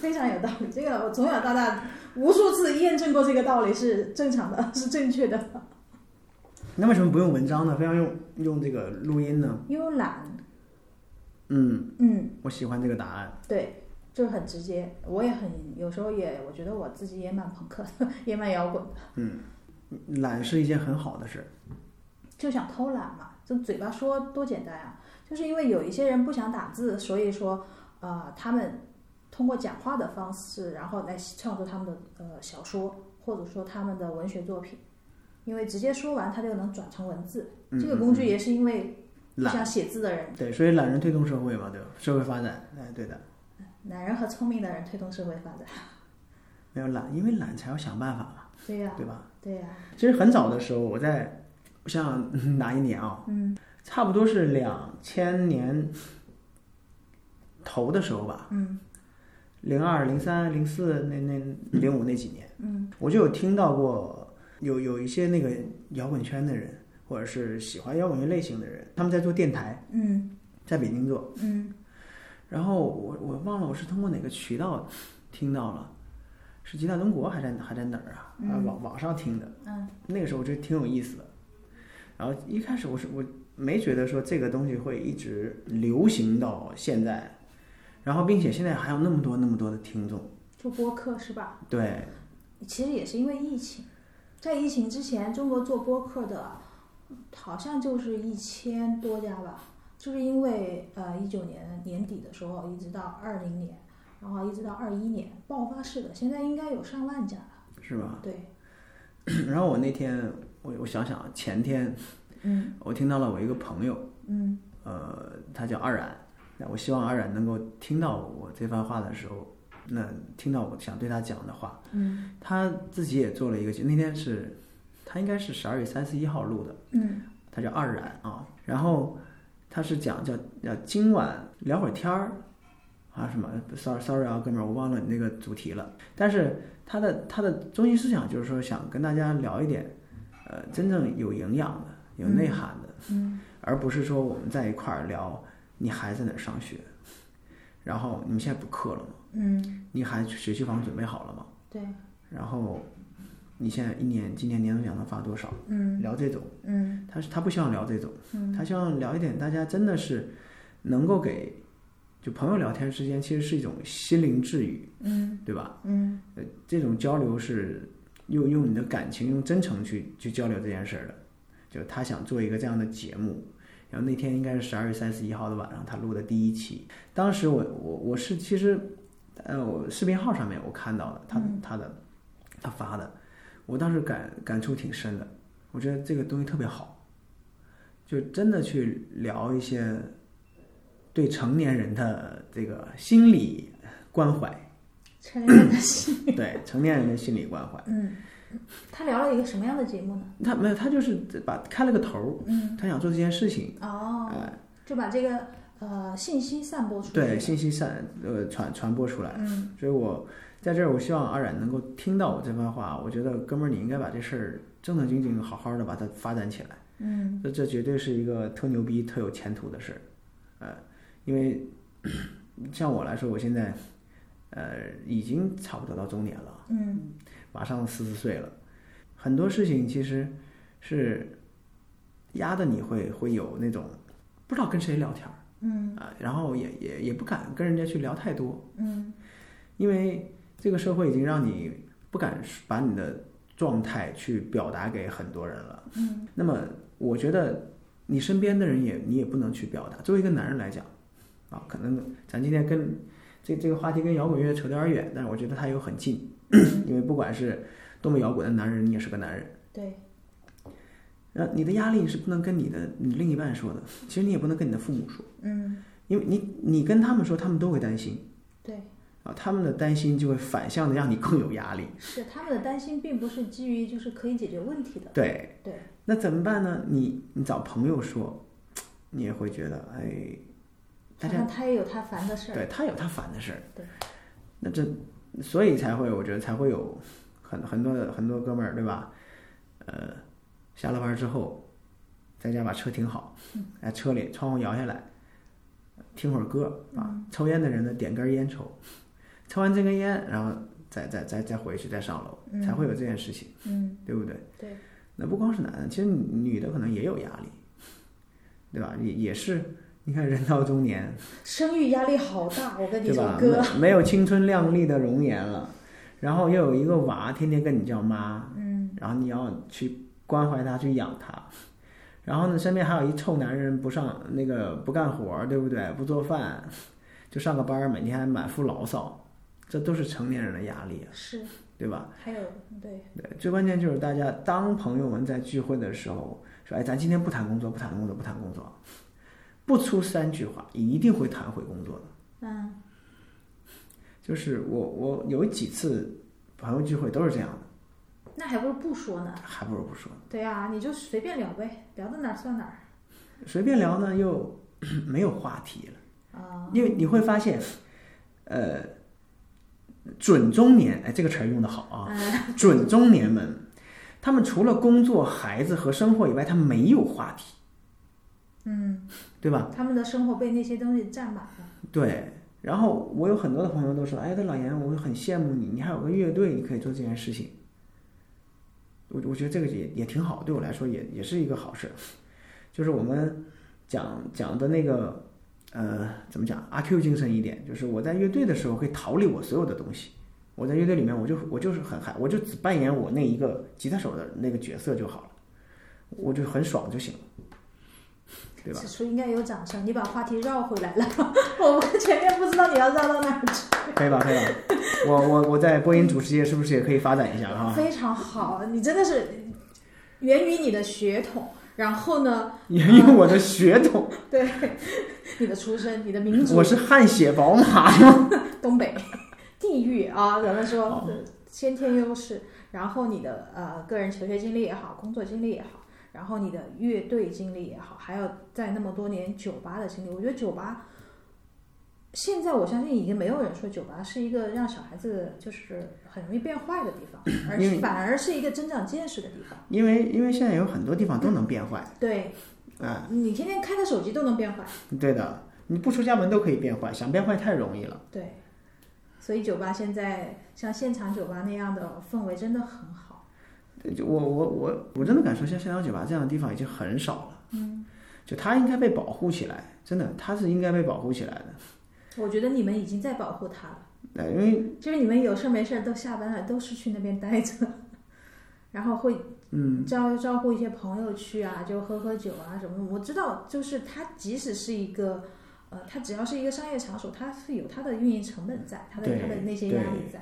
[SPEAKER 2] 非常有道理，这个我从小到大无数次验证过这个道理是正常的，是正确的。
[SPEAKER 1] 那为什么不用文章呢？非要用用这个录音呢？
[SPEAKER 2] 因为我懒，
[SPEAKER 1] 嗯，
[SPEAKER 2] 嗯，
[SPEAKER 1] 我喜欢这个答案。
[SPEAKER 2] 对，就是很直接。我也很有时候也，我觉得我自己也蛮朋克的，也蛮摇滚的，
[SPEAKER 1] 懒是一件很好的事儿。
[SPEAKER 2] 就想偷懒嘛，就嘴巴说多简单啊。就是因为有一些人不想打字，所以说，呃，他们通过讲话的方式，然后来创作他们的呃小说，或者说他们的文学作品。因为直接说完，他就能转成文字。
[SPEAKER 1] 嗯
[SPEAKER 2] 这个工具也是因为不
[SPEAKER 1] 懒，
[SPEAKER 2] 想写字的人，
[SPEAKER 1] 对，所以懒人推动社会嘛，对吧？社会发展，哎，对的，
[SPEAKER 2] 懒人和聪明的人推动社会发展。
[SPEAKER 1] 没有懒，因为懒才要想办法嘛。
[SPEAKER 2] 对呀、
[SPEAKER 1] 对吧？
[SPEAKER 2] 对呀、
[SPEAKER 1] 其实很早的时候，我在我想想 哪一年啊？
[SPEAKER 2] 嗯
[SPEAKER 1] 差不多是两千年头的时候吧，
[SPEAKER 2] 嗯
[SPEAKER 1] 零二、零三、零四那那零五那几年，
[SPEAKER 2] 嗯
[SPEAKER 1] 我就有听到过有有一些那个摇滚圈的人，或者是喜欢摇滚乐类型的人，他们在做电台，
[SPEAKER 2] 嗯
[SPEAKER 1] 在北京做。
[SPEAKER 2] 嗯
[SPEAKER 1] 然后我我忘了我是通过哪个渠道听到了，是吉他中国还在还在哪儿啊？啊，
[SPEAKER 2] 嗯
[SPEAKER 1] 网网上听的。
[SPEAKER 2] 嗯
[SPEAKER 1] 那个时候我觉得挺有意思的。然后一开始我是我没觉得说这个东西会一直流行到现在，然后并且现在还有那么多那么多的听众，
[SPEAKER 2] 做播客是吧？
[SPEAKER 1] 对，
[SPEAKER 2] 其实也是因为疫情，在疫情之前，中国做播客的好像就是一千多家吧，就是因为呃一九年年底的时候，一直到二零年，然后一直到二一年爆发式的，现在应该有上万家了。
[SPEAKER 1] 是吧？
[SPEAKER 2] 对，
[SPEAKER 1] 然后我那天我我想想啊，前天
[SPEAKER 2] 嗯
[SPEAKER 1] 我听到了我一个朋友，
[SPEAKER 2] 嗯
[SPEAKER 1] 呃，他叫阿然，那我希望阿然能够听到我这番话的时候，那听到我想对他讲的话，
[SPEAKER 2] 嗯
[SPEAKER 1] 他自己也做了一个节，那天是，他应该是十二月三十一号录的，
[SPEAKER 2] 嗯
[SPEAKER 1] 他叫二然啊，然后他是讲叫叫今晚聊会儿天儿啊什么，sorry sorry 啊哥们儿，我忘了你那个主题了，但是他的他的中心思想就是说想跟大家聊一点，呃，真正有营养的、有内涵的，
[SPEAKER 2] 嗯
[SPEAKER 1] 而不是说我们在一块儿聊你还在哪儿上学，然后你们现在补课了吗？
[SPEAKER 2] 嗯，
[SPEAKER 1] 你还去学区房准备好了吗？
[SPEAKER 2] 对，
[SPEAKER 1] 然后你现在一年今年年终奖能发多少？
[SPEAKER 2] 嗯
[SPEAKER 1] 聊这种，
[SPEAKER 2] 嗯
[SPEAKER 1] 他他不希望聊这种，
[SPEAKER 2] 嗯
[SPEAKER 1] 他希望聊一点大家真的是能够给就朋友聊天之间，其实是一种心灵治愈，
[SPEAKER 2] 嗯
[SPEAKER 1] 对吧？
[SPEAKER 2] 嗯
[SPEAKER 1] 呃，这种交流是用用你的感情、用真诚去去交流这件事儿的。就他想做一个这样的节目，然后那天应该是十二月三十一号的晚上，他录的第一期。当时我我我是其实，呃，我视频号上面我看到了他
[SPEAKER 2] 嗯
[SPEAKER 1] 他的他发的，我当时感感触挺深的，我觉得这个东西特别好，就真的去聊一些对成年人的这个心理关怀，
[SPEAKER 2] 成人的心。
[SPEAKER 1] 对成年人的心理关怀。
[SPEAKER 2] 嗯，他聊了一个什么样的节目呢？
[SPEAKER 1] 他没有，他就是把开了个头
[SPEAKER 2] 嗯
[SPEAKER 1] 儿，他想做这件事情，
[SPEAKER 2] 哦，
[SPEAKER 1] 哎
[SPEAKER 2] 就把这个呃信息散播出去。
[SPEAKER 1] 对信息散呃传传播出来。
[SPEAKER 2] 嗯
[SPEAKER 1] 所以我在这儿，我希望阿冉能够听到我这番话。我觉得哥们儿，你应该把这事儿正正经经、好好的把它发展起来。
[SPEAKER 2] 嗯
[SPEAKER 1] 这这绝对是一个特牛逼、特有前途的事儿，呃，因为 像我来说，我现在呃已经差不多到中年了。
[SPEAKER 2] 嗯
[SPEAKER 1] 马上四十岁了，很多事情其实是压的你会会有那种不知道跟谁聊天儿
[SPEAKER 2] 嗯
[SPEAKER 1] 啊，然后也也也不敢跟人家去聊太多，
[SPEAKER 2] 嗯
[SPEAKER 1] 因为这个社会已经让你不敢把你的状态去表达给很多人了。
[SPEAKER 2] 嗯
[SPEAKER 1] 那么我觉得你身边的人也你也不能去表达。作为一个男人来讲，啊，可能咱今天跟这这个话题跟摇滚乐扯得有点远，但是我觉得它又很近， 因为不管是多么摇滚的男人，你也是个男人。
[SPEAKER 2] 对，
[SPEAKER 1] 那你的压力是不能跟你的你另一半说的，其实你也不能跟你的父母说，
[SPEAKER 2] 嗯
[SPEAKER 1] 因为你你跟他们说，他们都会担心
[SPEAKER 2] 对，
[SPEAKER 1] 啊，他们的担心就会反向的让你更有压力。
[SPEAKER 2] 是他们的担心并不是基于就是可以解决问题的，
[SPEAKER 1] 对，
[SPEAKER 2] 对，
[SPEAKER 1] 那怎么办呢？你你找朋友说，你也会觉得哎，大
[SPEAKER 2] 好
[SPEAKER 1] 家
[SPEAKER 2] 像他也有他烦的事儿，
[SPEAKER 1] 对他有他烦的事儿。
[SPEAKER 2] 对，
[SPEAKER 1] 那这所以才会，我觉得才会有很很多的很多哥们儿，对吧？呃，下了班之后，在家把车停好，
[SPEAKER 2] 嗯
[SPEAKER 1] 在车里窗户摇下来，听会儿歌啊。
[SPEAKER 2] 嗯
[SPEAKER 1] 抽烟的人呢，点根烟抽，抽完这根烟，然后再再再再回去，再上楼，
[SPEAKER 2] 嗯
[SPEAKER 1] 才会有这件事情，
[SPEAKER 2] 嗯
[SPEAKER 1] 对不对？
[SPEAKER 2] 对，
[SPEAKER 1] 那不光是男的，其实女的可能也有压力，对吧？也也是，你看人到中年，
[SPEAKER 2] 生育压力好大，我跟你
[SPEAKER 1] 对
[SPEAKER 2] 说
[SPEAKER 1] 吧？
[SPEAKER 2] 哥，
[SPEAKER 1] 没没有青春靓丽的容颜了，然后又有一个娃天天跟你叫妈，
[SPEAKER 2] 嗯
[SPEAKER 1] 然后你要去关怀他，去养他，然后呢，身边还有一臭男人不上那个不干活儿，对不对？不做饭，就上个班儿，每天还满腹牢骚，这都是成年人的压力，
[SPEAKER 2] 是，
[SPEAKER 1] 对吧？
[SPEAKER 2] 还有对，
[SPEAKER 1] 对，最关键就是大家当朋友们在聚会的时候说：“哎，咱今天不谈工作，不谈工作，不谈工作。”不出三句话，一定会谈回工作的。
[SPEAKER 2] 嗯
[SPEAKER 1] 就是我我有几次朋友聚会都是这样的，
[SPEAKER 2] 那还不如不说呢。
[SPEAKER 1] 还不如不说，
[SPEAKER 2] 对啊，你就随便聊呗，聊到哪儿算哪儿
[SPEAKER 1] 随便聊呢又 没有话题了。
[SPEAKER 2] 啊、
[SPEAKER 1] 因为你会发现，呃，准中年，哎，这个词儿用的好啊，
[SPEAKER 2] 嗯，
[SPEAKER 1] 准中年们，他们除了工作、孩子和生活以外，他没有话题，
[SPEAKER 2] 嗯，
[SPEAKER 1] 对吧？
[SPEAKER 2] 他们的生活被那些东西占满了。
[SPEAKER 1] 对。然后我有很多的朋友都说，哎，这老严，我很羡慕你，你还有个乐队，你可以做这件事情。我我觉得这个也也挺好，对我来说也也是一个好事。就是我们讲讲的那个，呃，怎么讲？阿 Q 精神一点，就是我在乐队的时候会逃离我所有的东西。我在乐队里面，我就我就是很嗨，我就只扮演我那一个吉他手的那个角色就好了，我就很爽就行了，对吧？
[SPEAKER 2] 此处应该有掌声，你把话题绕回来了， 我们前面不知道你要绕到哪儿去。
[SPEAKER 1] 可以吧？可以吧？我我我在播音主持界是不是也可以发展一下啊？
[SPEAKER 2] 非常好，你真的是源于你的血统，然后呢，
[SPEAKER 1] 因为我的血 统，
[SPEAKER 2] 对你的出身、你的民族
[SPEAKER 1] 我，是汗血宝马。
[SPEAKER 2] 东北 地域啊，咱们说
[SPEAKER 1] 好
[SPEAKER 2] 呃先天优势，然后你的呃个人求学经历也好，工作经历也好，然后你的乐队经历也好，还有在那么多年酒吧的经历，我觉得酒吧。现在我相信已经没有人说酒吧是一个让小孩子就是很容易变坏的地 方，而
[SPEAKER 1] 因为
[SPEAKER 2] 是反而是一个增长见识的地方。
[SPEAKER 1] 因为因为现在有很多地方都能变坏，
[SPEAKER 2] 对，
[SPEAKER 1] 哎，
[SPEAKER 2] 你天天开个手机都能变坏，
[SPEAKER 1] 对的，你不出家门都可以变坏，想变坏太容易了。
[SPEAKER 2] 对，所以酒吧现在像现场酒吧那样的氛围真的很好。
[SPEAKER 1] 对就我我我我真的敢说，像香港酒吧这样的地方已经很少了，
[SPEAKER 2] 嗯，
[SPEAKER 1] 就它应该被保护起来，真的，它是应该被保护起来的。
[SPEAKER 2] 我觉得你们已经在保护他了，
[SPEAKER 1] 呃，因为
[SPEAKER 2] 就是你们有事没事都下班了，都是去那边待着， 然后会
[SPEAKER 1] 嗯，
[SPEAKER 2] 招招呼一些朋友去啊，就喝喝酒啊什么的。我知道，就是它即使是一个，呃，它只要是一个商业场所，它是有它的运营成本在，它的
[SPEAKER 1] 对
[SPEAKER 2] 它的那些压力
[SPEAKER 1] 对
[SPEAKER 2] 在。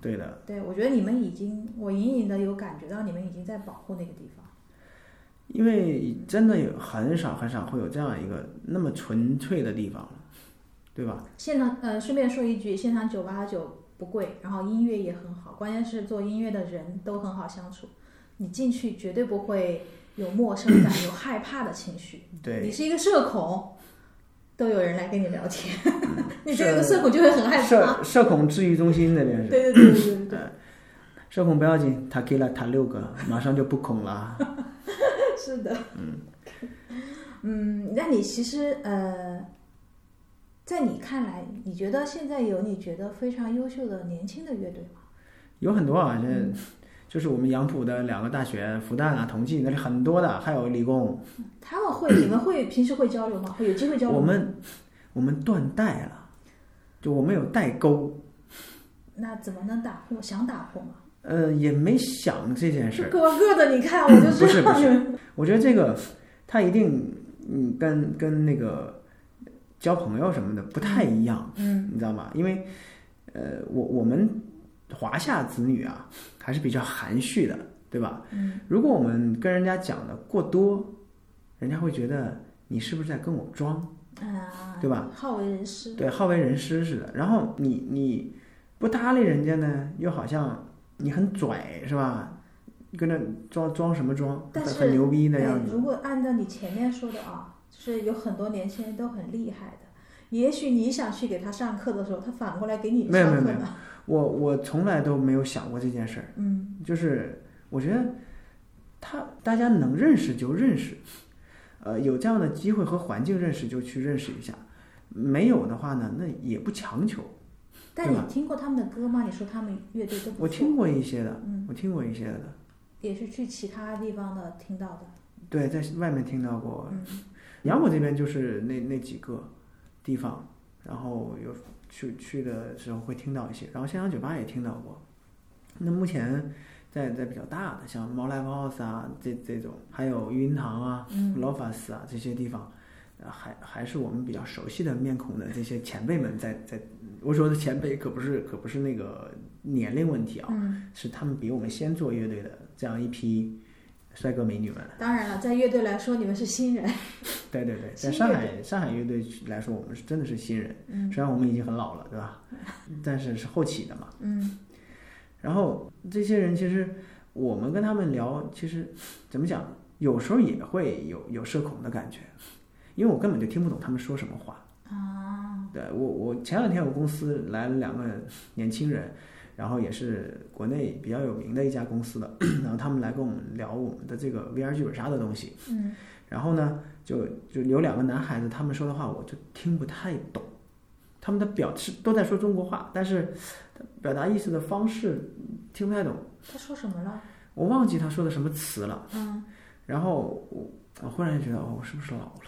[SPEAKER 1] 对的，
[SPEAKER 2] 对，我觉得你们已经，我隐隐的有感觉到你们已经在保护那个地方。
[SPEAKER 1] 因为真的有很少很少会有这样一个那么纯粹的地方了，对吧？
[SPEAKER 2] 现场呃，顺便说一句，现场九八九不贵，然后音乐也很好，关键是做音乐的人都很好相处，你进去绝对不会有陌生感、有害怕的情绪。
[SPEAKER 1] 对
[SPEAKER 2] 你，是一个社恐，都有人来跟你聊天，你这
[SPEAKER 1] 是
[SPEAKER 2] 个社恐就会很害怕。
[SPEAKER 1] 社社恐治愈中心那边是，
[SPEAKER 2] 对对对对对对，
[SPEAKER 1] 社恐不要紧，他给了他六个，马上就不恐 了。啊
[SPEAKER 2] 是的。嗯，那你其实呃，在你看来，你觉得现在有你觉得非常优秀的年轻的乐队吗？
[SPEAKER 1] 有很多啊，现
[SPEAKER 2] 嗯
[SPEAKER 1] 在就是我们杨浦的两个大学，复旦啊、同济那里很多的，还有理工，
[SPEAKER 2] 他们会，你们会平时会交流吗？会有机会交流
[SPEAKER 1] 我
[SPEAKER 2] 吗？
[SPEAKER 1] 们我们断代了，就我们有代沟，
[SPEAKER 2] 那怎么能打破？想打破吗？
[SPEAKER 1] 呃，也没想这件事
[SPEAKER 2] 是
[SPEAKER 1] 儿。嗯
[SPEAKER 2] 各玩各的，你看我就
[SPEAKER 1] 不是
[SPEAKER 2] 知道
[SPEAKER 1] 不
[SPEAKER 2] 你
[SPEAKER 1] 是
[SPEAKER 2] 们
[SPEAKER 1] 我觉得这个他一定，嗯，跟跟那个交朋友什么的不太一样，
[SPEAKER 2] 嗯
[SPEAKER 1] 你知道吗？因为，呃，我我们华夏子女啊，还是比较含蓄的，对吧？
[SPEAKER 2] 嗯
[SPEAKER 1] 如果我们跟人家讲的过多，人家会觉得你是不是在跟我装，
[SPEAKER 2] 啊，
[SPEAKER 1] 对吧？
[SPEAKER 2] 好为人师，
[SPEAKER 1] 对，好为人师似的。然后你你不搭理人家呢，又好像你很拽，是吧？跟那装装什么装，很
[SPEAKER 2] 但是
[SPEAKER 1] 很牛逼的
[SPEAKER 2] 哎
[SPEAKER 1] 样，子。
[SPEAKER 2] 如果按照你前面说的啊，就是有很多年轻人都很厉害的，也许你想去给他上课的时候，他反过来给你
[SPEAKER 1] 没有
[SPEAKER 2] 上
[SPEAKER 1] 没
[SPEAKER 2] 课
[SPEAKER 1] 有没
[SPEAKER 2] 呢。
[SPEAKER 1] 我我从来都没有想过这件事儿。
[SPEAKER 2] 嗯
[SPEAKER 1] 就是我觉得他大家能认识就认识，呃，有这样的机会和环境认识就去认识一下，没有的话呢，那也不强求。
[SPEAKER 2] 但
[SPEAKER 1] 对
[SPEAKER 2] 你
[SPEAKER 1] 吧
[SPEAKER 2] 听过他们的歌吗？你说他们乐队都不
[SPEAKER 1] 我
[SPEAKER 2] 错
[SPEAKER 1] 听过一些的，
[SPEAKER 2] 嗯，
[SPEAKER 1] 我听过一些的，
[SPEAKER 2] 也是去其他地方的听到的，
[SPEAKER 1] 对，在外面听到过。
[SPEAKER 2] 嗯
[SPEAKER 1] 杨浦这边就是那那几个地方，然后有去去的时候会听到一些，然后现场酒吧也听到过。那目前在在比较大的，像猫 live house 啊这这种，还有云堂啊，
[SPEAKER 2] 嗯
[SPEAKER 1] l o f a s 啊这些地方，呃还还是我们比较熟悉的面孔的这些前辈们在在，我说的前辈可不是可不是那个年龄问题啊，
[SPEAKER 2] 嗯。
[SPEAKER 1] 是他们比我们先做乐队的这样一批帅哥美女们。
[SPEAKER 2] 当然了，在乐队来说，你们是新人。
[SPEAKER 1] 对对对，在
[SPEAKER 2] 新
[SPEAKER 1] 上
[SPEAKER 2] 乐
[SPEAKER 1] 海上海乐队来说，我们是真的是新人，
[SPEAKER 2] 嗯
[SPEAKER 1] 虽然我们已经很老了，对 吧？但是是后起的嘛。
[SPEAKER 2] 嗯
[SPEAKER 1] 然后这些人其实我们跟他们聊，其实怎么讲，有时候也会有有社恐的感觉，因为我根本就听不懂他们说什么话。
[SPEAKER 2] 啊，
[SPEAKER 1] 对我，我前两天我公司来了两个年轻人，然后也是国内比较有名的一家公司的， 然后他们来跟我们聊我们的这个 VR 剧本杀的东西。
[SPEAKER 2] 嗯
[SPEAKER 1] 然后呢，就就有两个男孩子，他们说的话我就听不太懂，他们的表是都在说中国话，但是表达意思的方式嗯听不太懂，
[SPEAKER 2] 他说什么了？
[SPEAKER 1] 我忘记他说的什么词了。
[SPEAKER 2] 嗯，
[SPEAKER 1] 然后我我忽然就觉得，哦，我是不是老了？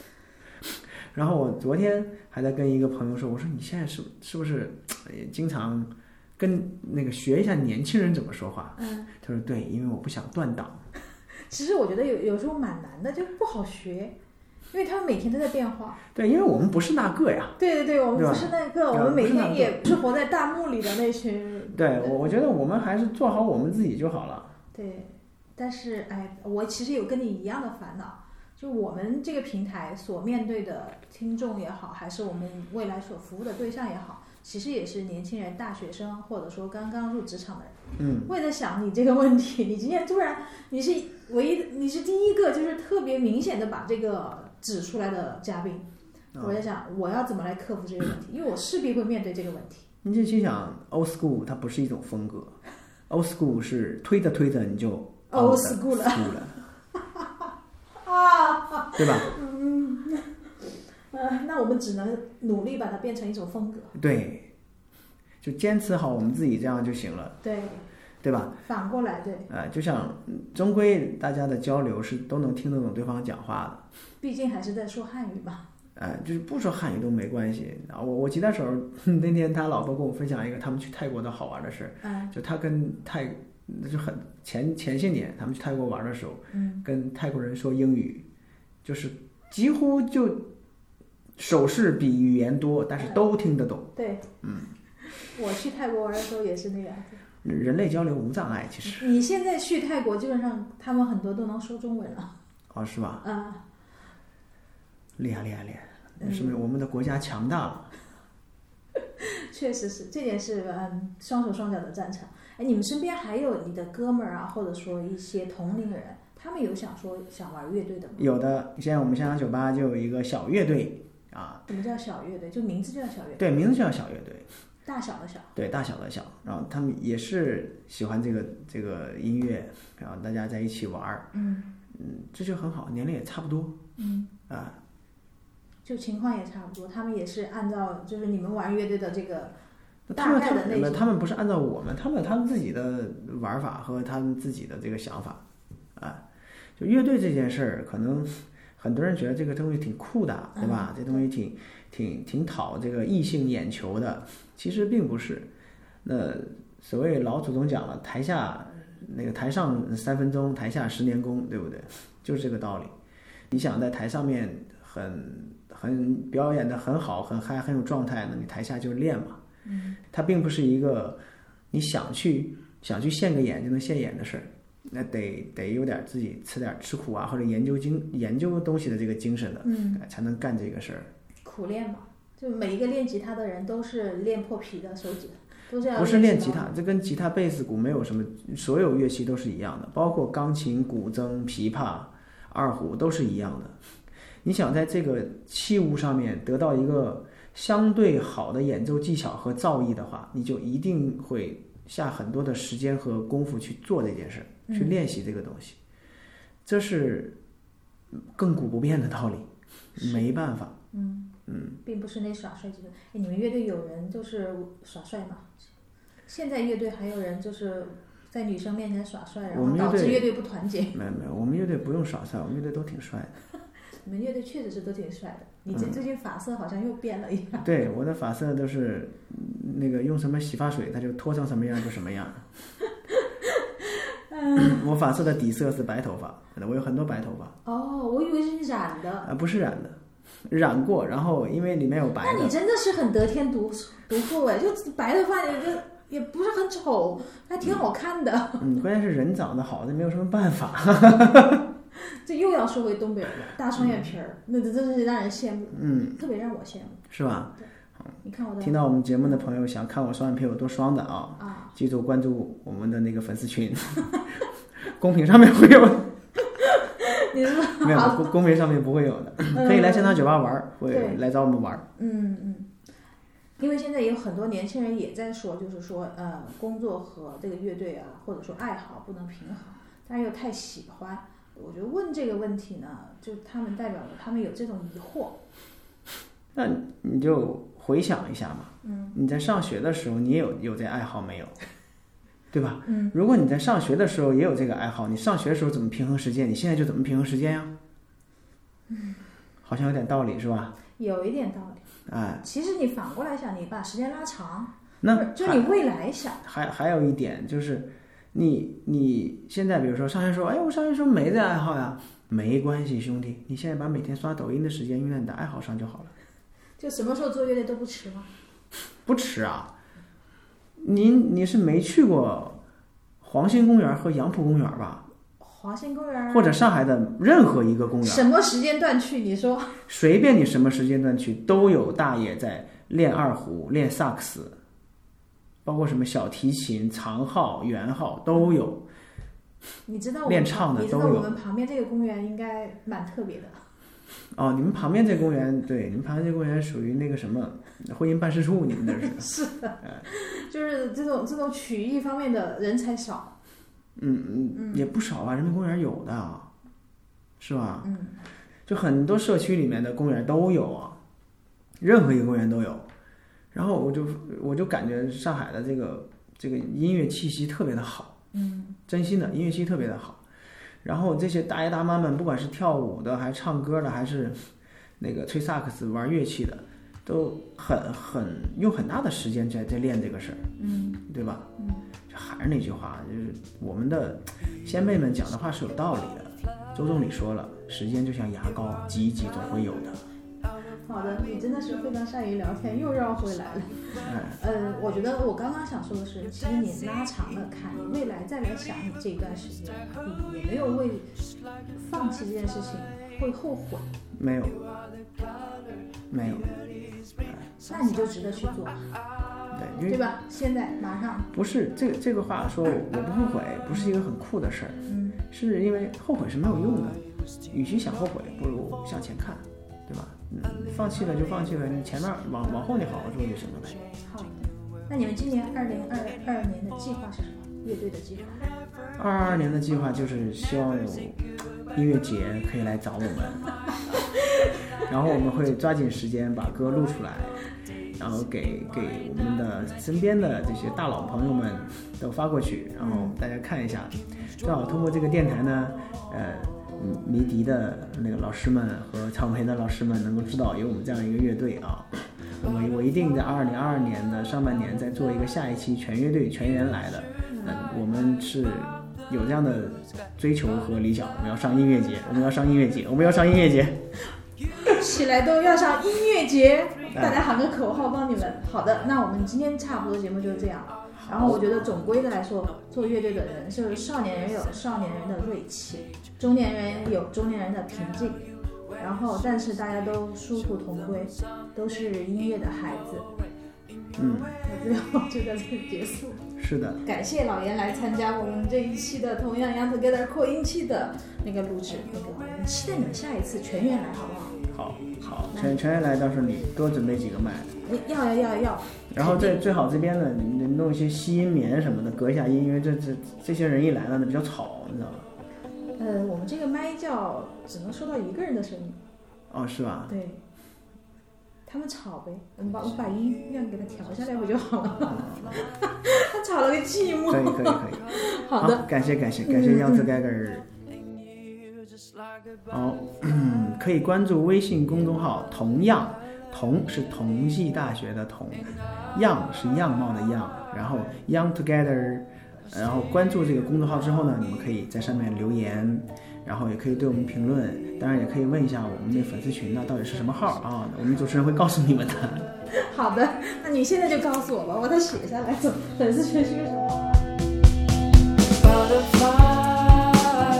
[SPEAKER 1] 然后我昨天还在跟一个朋友说，我说你现在是是不是呃也经常跟那个学一下年轻人怎么说话？
[SPEAKER 2] 嗯，
[SPEAKER 1] 他说对，因为我不想断档。
[SPEAKER 2] 其实我觉得有有时候蛮难的，就不好学，因为他们每天都在变化。
[SPEAKER 1] 对，因为我们不是那个呀。
[SPEAKER 2] 对对对，我
[SPEAKER 1] 对
[SPEAKER 2] 们
[SPEAKER 1] 吧
[SPEAKER 2] 不是那个，
[SPEAKER 1] 对
[SPEAKER 2] 我
[SPEAKER 1] 我
[SPEAKER 2] 们
[SPEAKER 1] 们
[SPEAKER 2] 每
[SPEAKER 1] 不是那
[SPEAKER 2] 天
[SPEAKER 1] 个
[SPEAKER 2] 也是活在弹幕里的那群。
[SPEAKER 1] 对我，我觉得我们还是做好我们自己就好了。
[SPEAKER 2] 对，但是哎，我其实有跟你一样的烦恼，就我们这个平台所面对的听众也好，还是我们未来所服务的对象也好，其实也是年轻人、大学生，或者说刚刚入职场的人。
[SPEAKER 1] 嗯，
[SPEAKER 2] 为了想你这个问题，你今天突然你是唯一，你是第一个就是特别明显的把这个指出来的嘉宾。
[SPEAKER 1] 啊
[SPEAKER 2] 我在想，我要怎么来克服这个问题？因为我势必会面对这个问题。
[SPEAKER 1] 你就心想，old school 它不是一种风格，old school 是推着推着你就
[SPEAKER 2] 哦 Old
[SPEAKER 1] out
[SPEAKER 2] school 了
[SPEAKER 1] school 了，
[SPEAKER 2] 啊，
[SPEAKER 1] 对吧？
[SPEAKER 2] 呃，那我们只能努力把它变成一种风格。
[SPEAKER 1] 对，就坚持好我们自己这样就行了，
[SPEAKER 2] 对，
[SPEAKER 1] 对吧？
[SPEAKER 2] 反过来，对，
[SPEAKER 1] 呃，就像嗯终归大家的交流是都能听得懂对方讲话的，
[SPEAKER 2] 毕竟还是在说汉语嘛。
[SPEAKER 1] 呃，就是不说汉语都没关系。啊，我我吉他手 那天他老婆跟我分享一个他们去泰国的好玩的事儿，
[SPEAKER 2] 嗯
[SPEAKER 1] 就他跟泰就很前前些年他们去泰国玩的时候，
[SPEAKER 2] 嗯，
[SPEAKER 1] 跟泰国人说英语，就是几乎就手势比语言多，但是都听得懂。
[SPEAKER 2] 对，嗯，我去泰国玩的时候也是那样子。
[SPEAKER 1] 人类交流无障碍，其实
[SPEAKER 2] 你现在去泰国，基本上他们很多都能说中文了。
[SPEAKER 1] 哦，是吧？
[SPEAKER 2] 啊，
[SPEAKER 1] 厉害厉害厉害！那
[SPEAKER 2] 嗯
[SPEAKER 1] 说明我们的国家强大了。
[SPEAKER 2] 确实是，这点是嗯，双手双脚的战场。哎，你们身边还有你的哥们儿啊，或者说一些同龄人，他们有想说想玩乐队的吗？
[SPEAKER 1] 有的，现在我们香港酒吧就有一个小乐队啊，
[SPEAKER 2] 什么叫小乐队？就名字就叫小乐队，
[SPEAKER 1] 对，名字叫小乐队，
[SPEAKER 2] 大小的小。
[SPEAKER 1] 对，大小的小。然后他们也是喜欢这个这个音乐，然后大家在一起玩儿，
[SPEAKER 2] 嗯
[SPEAKER 1] 嗯，这就很好，年龄也差不多
[SPEAKER 2] 嗯，
[SPEAKER 1] 啊。
[SPEAKER 2] 就情况也差不多，他们也是按照就是你们玩乐队的这个
[SPEAKER 1] 那他
[SPEAKER 2] 大
[SPEAKER 1] 们
[SPEAKER 2] 概
[SPEAKER 1] 他
[SPEAKER 2] 的类
[SPEAKER 1] 们
[SPEAKER 2] 型。
[SPEAKER 1] 他们不是按照我们，他们有他们自己的玩法和他们自己的这个想法啊。就乐队这件事儿，可能很多人觉得这个东西挺酷的，对吧？
[SPEAKER 2] 嗯
[SPEAKER 1] 这东西挺挺挺讨这个异性眼球的，其实并不是。那所谓老祖宗讲了，台下那个台上三分钟，台下十年功，对不对？就是这个道理。你想在台上面很很表演的很好，很嗨，很有状态，那你台下就练嘛。它并不是一个你想去想去现个眼就能现眼的事儿，那得得有点自己吃点吃苦啊，或者研究精研究东西的这个精神的，
[SPEAKER 2] 嗯，
[SPEAKER 1] 哎才能干这个事儿。
[SPEAKER 2] 苦练嘛，就每一个练吉他的人都是练破皮的手指，都是要
[SPEAKER 1] 不是练
[SPEAKER 2] 习
[SPEAKER 1] 吉
[SPEAKER 2] 到
[SPEAKER 1] 他，这跟吉他、贝斯、鼓没有什么，所有乐器都是一样的，包括钢琴、古筝、琵琶、二胡都是一样的。你想在这个器物上面得到一个相对好的演奏技巧和造诣的话，你就一定会下很多的时间和功夫去做这件事，去
[SPEAKER 2] 嗯
[SPEAKER 1] 练习这个东西，这是亘古不变的道理，没办法。
[SPEAKER 2] 嗯嗯，并不是那耍帅级的。哎，你们乐队有人就是耍帅吗？现在乐队还有人就是在女生面前耍帅，然
[SPEAKER 1] 我
[SPEAKER 2] 后
[SPEAKER 1] 们乐
[SPEAKER 2] 导致
[SPEAKER 1] 队
[SPEAKER 2] 乐队不团结。
[SPEAKER 1] 没有没有，我们乐队不用耍帅，我们乐队都挺帅的。
[SPEAKER 2] 你们乐队确实是都挺帅的。你
[SPEAKER 1] 嗯
[SPEAKER 2] 这最近发色好像又变了一样。
[SPEAKER 1] 对，我的发色都是嗯那个用什么洗发水，它就脱成什么样就什么样。
[SPEAKER 2] 嗯
[SPEAKER 1] 我发色的底色是白头发，我有很多白头发，
[SPEAKER 2] 哦，我以为是你染的。
[SPEAKER 1] 啊，不是染的，染过，然后因为里面有白
[SPEAKER 2] 那
[SPEAKER 1] 的
[SPEAKER 2] 你，真的是很得天独独厚哎，就白头发也就也不是很丑，还挺好看的。
[SPEAKER 1] 嗯，关键是人长得好，这没有什么办法，
[SPEAKER 2] 这又要说回东北人了，大双眼皮儿，那真是让人羡慕，
[SPEAKER 1] 嗯，
[SPEAKER 2] 特别让我羡慕。
[SPEAKER 1] 是吧？
[SPEAKER 2] 你看我的
[SPEAKER 1] 听到我们节目的朋友，想看我双眼皮有多双的啊，
[SPEAKER 2] 啊，
[SPEAKER 1] 记住关注我们的那个粉丝群， 公屏上面会有，
[SPEAKER 2] 你呃是
[SPEAKER 1] 没有公公屏上面不会有的，可以来仙堂酒吧玩儿，会
[SPEAKER 2] 嗯对
[SPEAKER 1] 来找我们玩儿。
[SPEAKER 2] 嗯嗯，因为现在有很多年轻人也在说，就是说，呃，工作和这个乐队啊，或者说爱好不能平衡，但是又太喜欢。我觉得问这个问题呢，就他们代表了他们有这种疑惑。
[SPEAKER 1] 那你就回想一下嘛，嗯，你在上学的时候，你有有这爱好没有？对吧？
[SPEAKER 2] 嗯，
[SPEAKER 1] 如果你在上学的时候也有这个爱好，你上学的时候怎么平衡时间，你现在就怎么平衡时间呀？嗯，
[SPEAKER 2] 嗯
[SPEAKER 1] 好像有点道理是吧？
[SPEAKER 2] 有一点道理。
[SPEAKER 1] 哎，
[SPEAKER 2] 其实你反过来想，你把时间拉长，
[SPEAKER 1] 那
[SPEAKER 2] 不是就
[SPEAKER 1] 还
[SPEAKER 2] 你未来想，
[SPEAKER 1] 还还有一点就是你，你现在比如说上学时候，哎，我上学时候没这爱好呀，没关系，兄弟，你现在把每天刷抖音的时间用在你的爱好上就好了，
[SPEAKER 2] 就什么时候做乐队都不迟吗？
[SPEAKER 1] 不迟啊。您你是没去过黄兴公园和杨浦公园吧，
[SPEAKER 2] 华兴公园，
[SPEAKER 1] 或者上海的任何一个公园，
[SPEAKER 2] 什么时间段去？你说
[SPEAKER 1] 随便你什么时间段去，都有大爷在练二胡、练萨克斯，包括什么小提琴、长号、圆号都有。
[SPEAKER 2] 你知道我
[SPEAKER 1] 练
[SPEAKER 2] 们
[SPEAKER 1] 唱的
[SPEAKER 2] 你知道
[SPEAKER 1] 都有
[SPEAKER 2] 我们旁边这个公园应该蛮特别的。
[SPEAKER 1] 哦，你们旁边这公园，对，你们旁边这公园属于那个什么婚姻办事处，你们那 是。
[SPEAKER 2] 就是这种这种曲艺方面的人才少，
[SPEAKER 1] 嗯嗯，也不少吧，人民公园有的，是吧？
[SPEAKER 2] 嗯，
[SPEAKER 1] 就很多社区里面的公园都有啊，任何一个公园都有。然后我就我就感觉上海的这个这个音乐气息特别的好，嗯，真心的音乐气息特别的好。然后这些大爷大妈们，不管是跳舞的，还是唱歌的，还是那个吹萨克斯、玩乐器的，都很很用很大的时间在在练这个事儿，
[SPEAKER 2] 嗯，
[SPEAKER 1] 对吧？嗯，还是那句话，就是我们的先辈们讲的话是有道理的。周总理说了，时间就像牙膏，挤一挤总会有的。
[SPEAKER 2] 好的，你真的是非常善于聊天，又绕回来了。
[SPEAKER 1] 哎，
[SPEAKER 2] 呃，我觉得我刚刚想说的是，其实你拉长了看，你未来再来想你这一段时间，你有没有为放弃这件事情会后悔，
[SPEAKER 1] 没有，没有，
[SPEAKER 2] 那你就值得去做，
[SPEAKER 1] 对，因
[SPEAKER 2] 对
[SPEAKER 1] 为
[SPEAKER 2] 吧？现在马上，
[SPEAKER 1] 不是这个这个话说我不后悔，不是一个很酷的事儿，
[SPEAKER 2] 嗯
[SPEAKER 1] 是因为后悔是没有用的。与其想后悔，不如向前看，对吧？嗯，放弃了就放弃了，你前面往往后你好好做就行了呗。
[SPEAKER 2] 好。那你们今年二零二二年的计划是什么？乐队的计划？
[SPEAKER 1] 二二年的计划就是希望有音乐节可以来找我们，然后我们会抓紧时间把歌录出来，然后给给我们的身边的这些大佬朋友们都发过去，然后大家看一下。正好通过这个电台呢，呃，嗯迷笛的那个老师们和草莓的老师们能够知道有我们这样一个乐队啊。我们我一定在二零二二年的上半年再做一个下一期全乐队全员来的。嗯，我们是有这样的追求和理想，我们要上音乐节，我们要上音乐节，我们要上音乐节。
[SPEAKER 2] 起来都要上音乐节，
[SPEAKER 1] 嗯哎
[SPEAKER 2] 大家喊个口号帮你们。好的，那我们今天差不多节目就是这样。然后我觉得总归的来说，做乐队的人就是少年人有少年人的锐气，中年人有中年人的平静，然后但是大家都殊途同归，都是音乐的孩子。
[SPEAKER 1] 嗯，
[SPEAKER 2] 我最后就在这里结束。
[SPEAKER 1] 是的，
[SPEAKER 2] 感谢老严来参加我们这一期的同样 Young Together 扩音器的那个录制，那个我们期待你们下一次全员来好不好？
[SPEAKER 1] 好，好，全全员来，到时候你多准备几个麦，
[SPEAKER 2] 你要要要要。
[SPEAKER 1] 然后最最好这边呢，你弄一些吸音棉什么的，隔一下音，因为这这这些人一来了呢比较吵，你知道吗？
[SPEAKER 2] 呃，我们这个麦叫只能收到一个人的声音，
[SPEAKER 1] 哦，是吧？
[SPEAKER 2] 对，他们吵呗，我们把我们把音量给它调下来不就好了？ 他吵了个寂寞。
[SPEAKER 1] 嗯 可以，可以，可以。
[SPEAKER 2] 好的，，
[SPEAKER 1] 感谢感谢感谢样子盖盖儿。哦，嗯可以关注微信公众号“同样”，同是同济大学的同，样是样貌的样，然后 Young Together，然后关注这个公众号之后呢，你们可以在上面留言，然后也可以对我们评论，当然也可以问一下我们那粉丝群呢到底是什么号啊，我们主持人会告诉你们的。
[SPEAKER 2] 好的，那你现在就告诉我吧，我得写下来，怎么粉丝群是个什么？
[SPEAKER 3] Butterfly,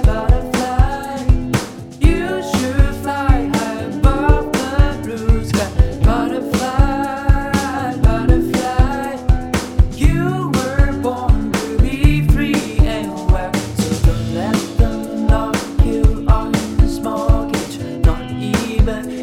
[SPEAKER 3] butterfly, you should fly above the blue sky. Butterfly, but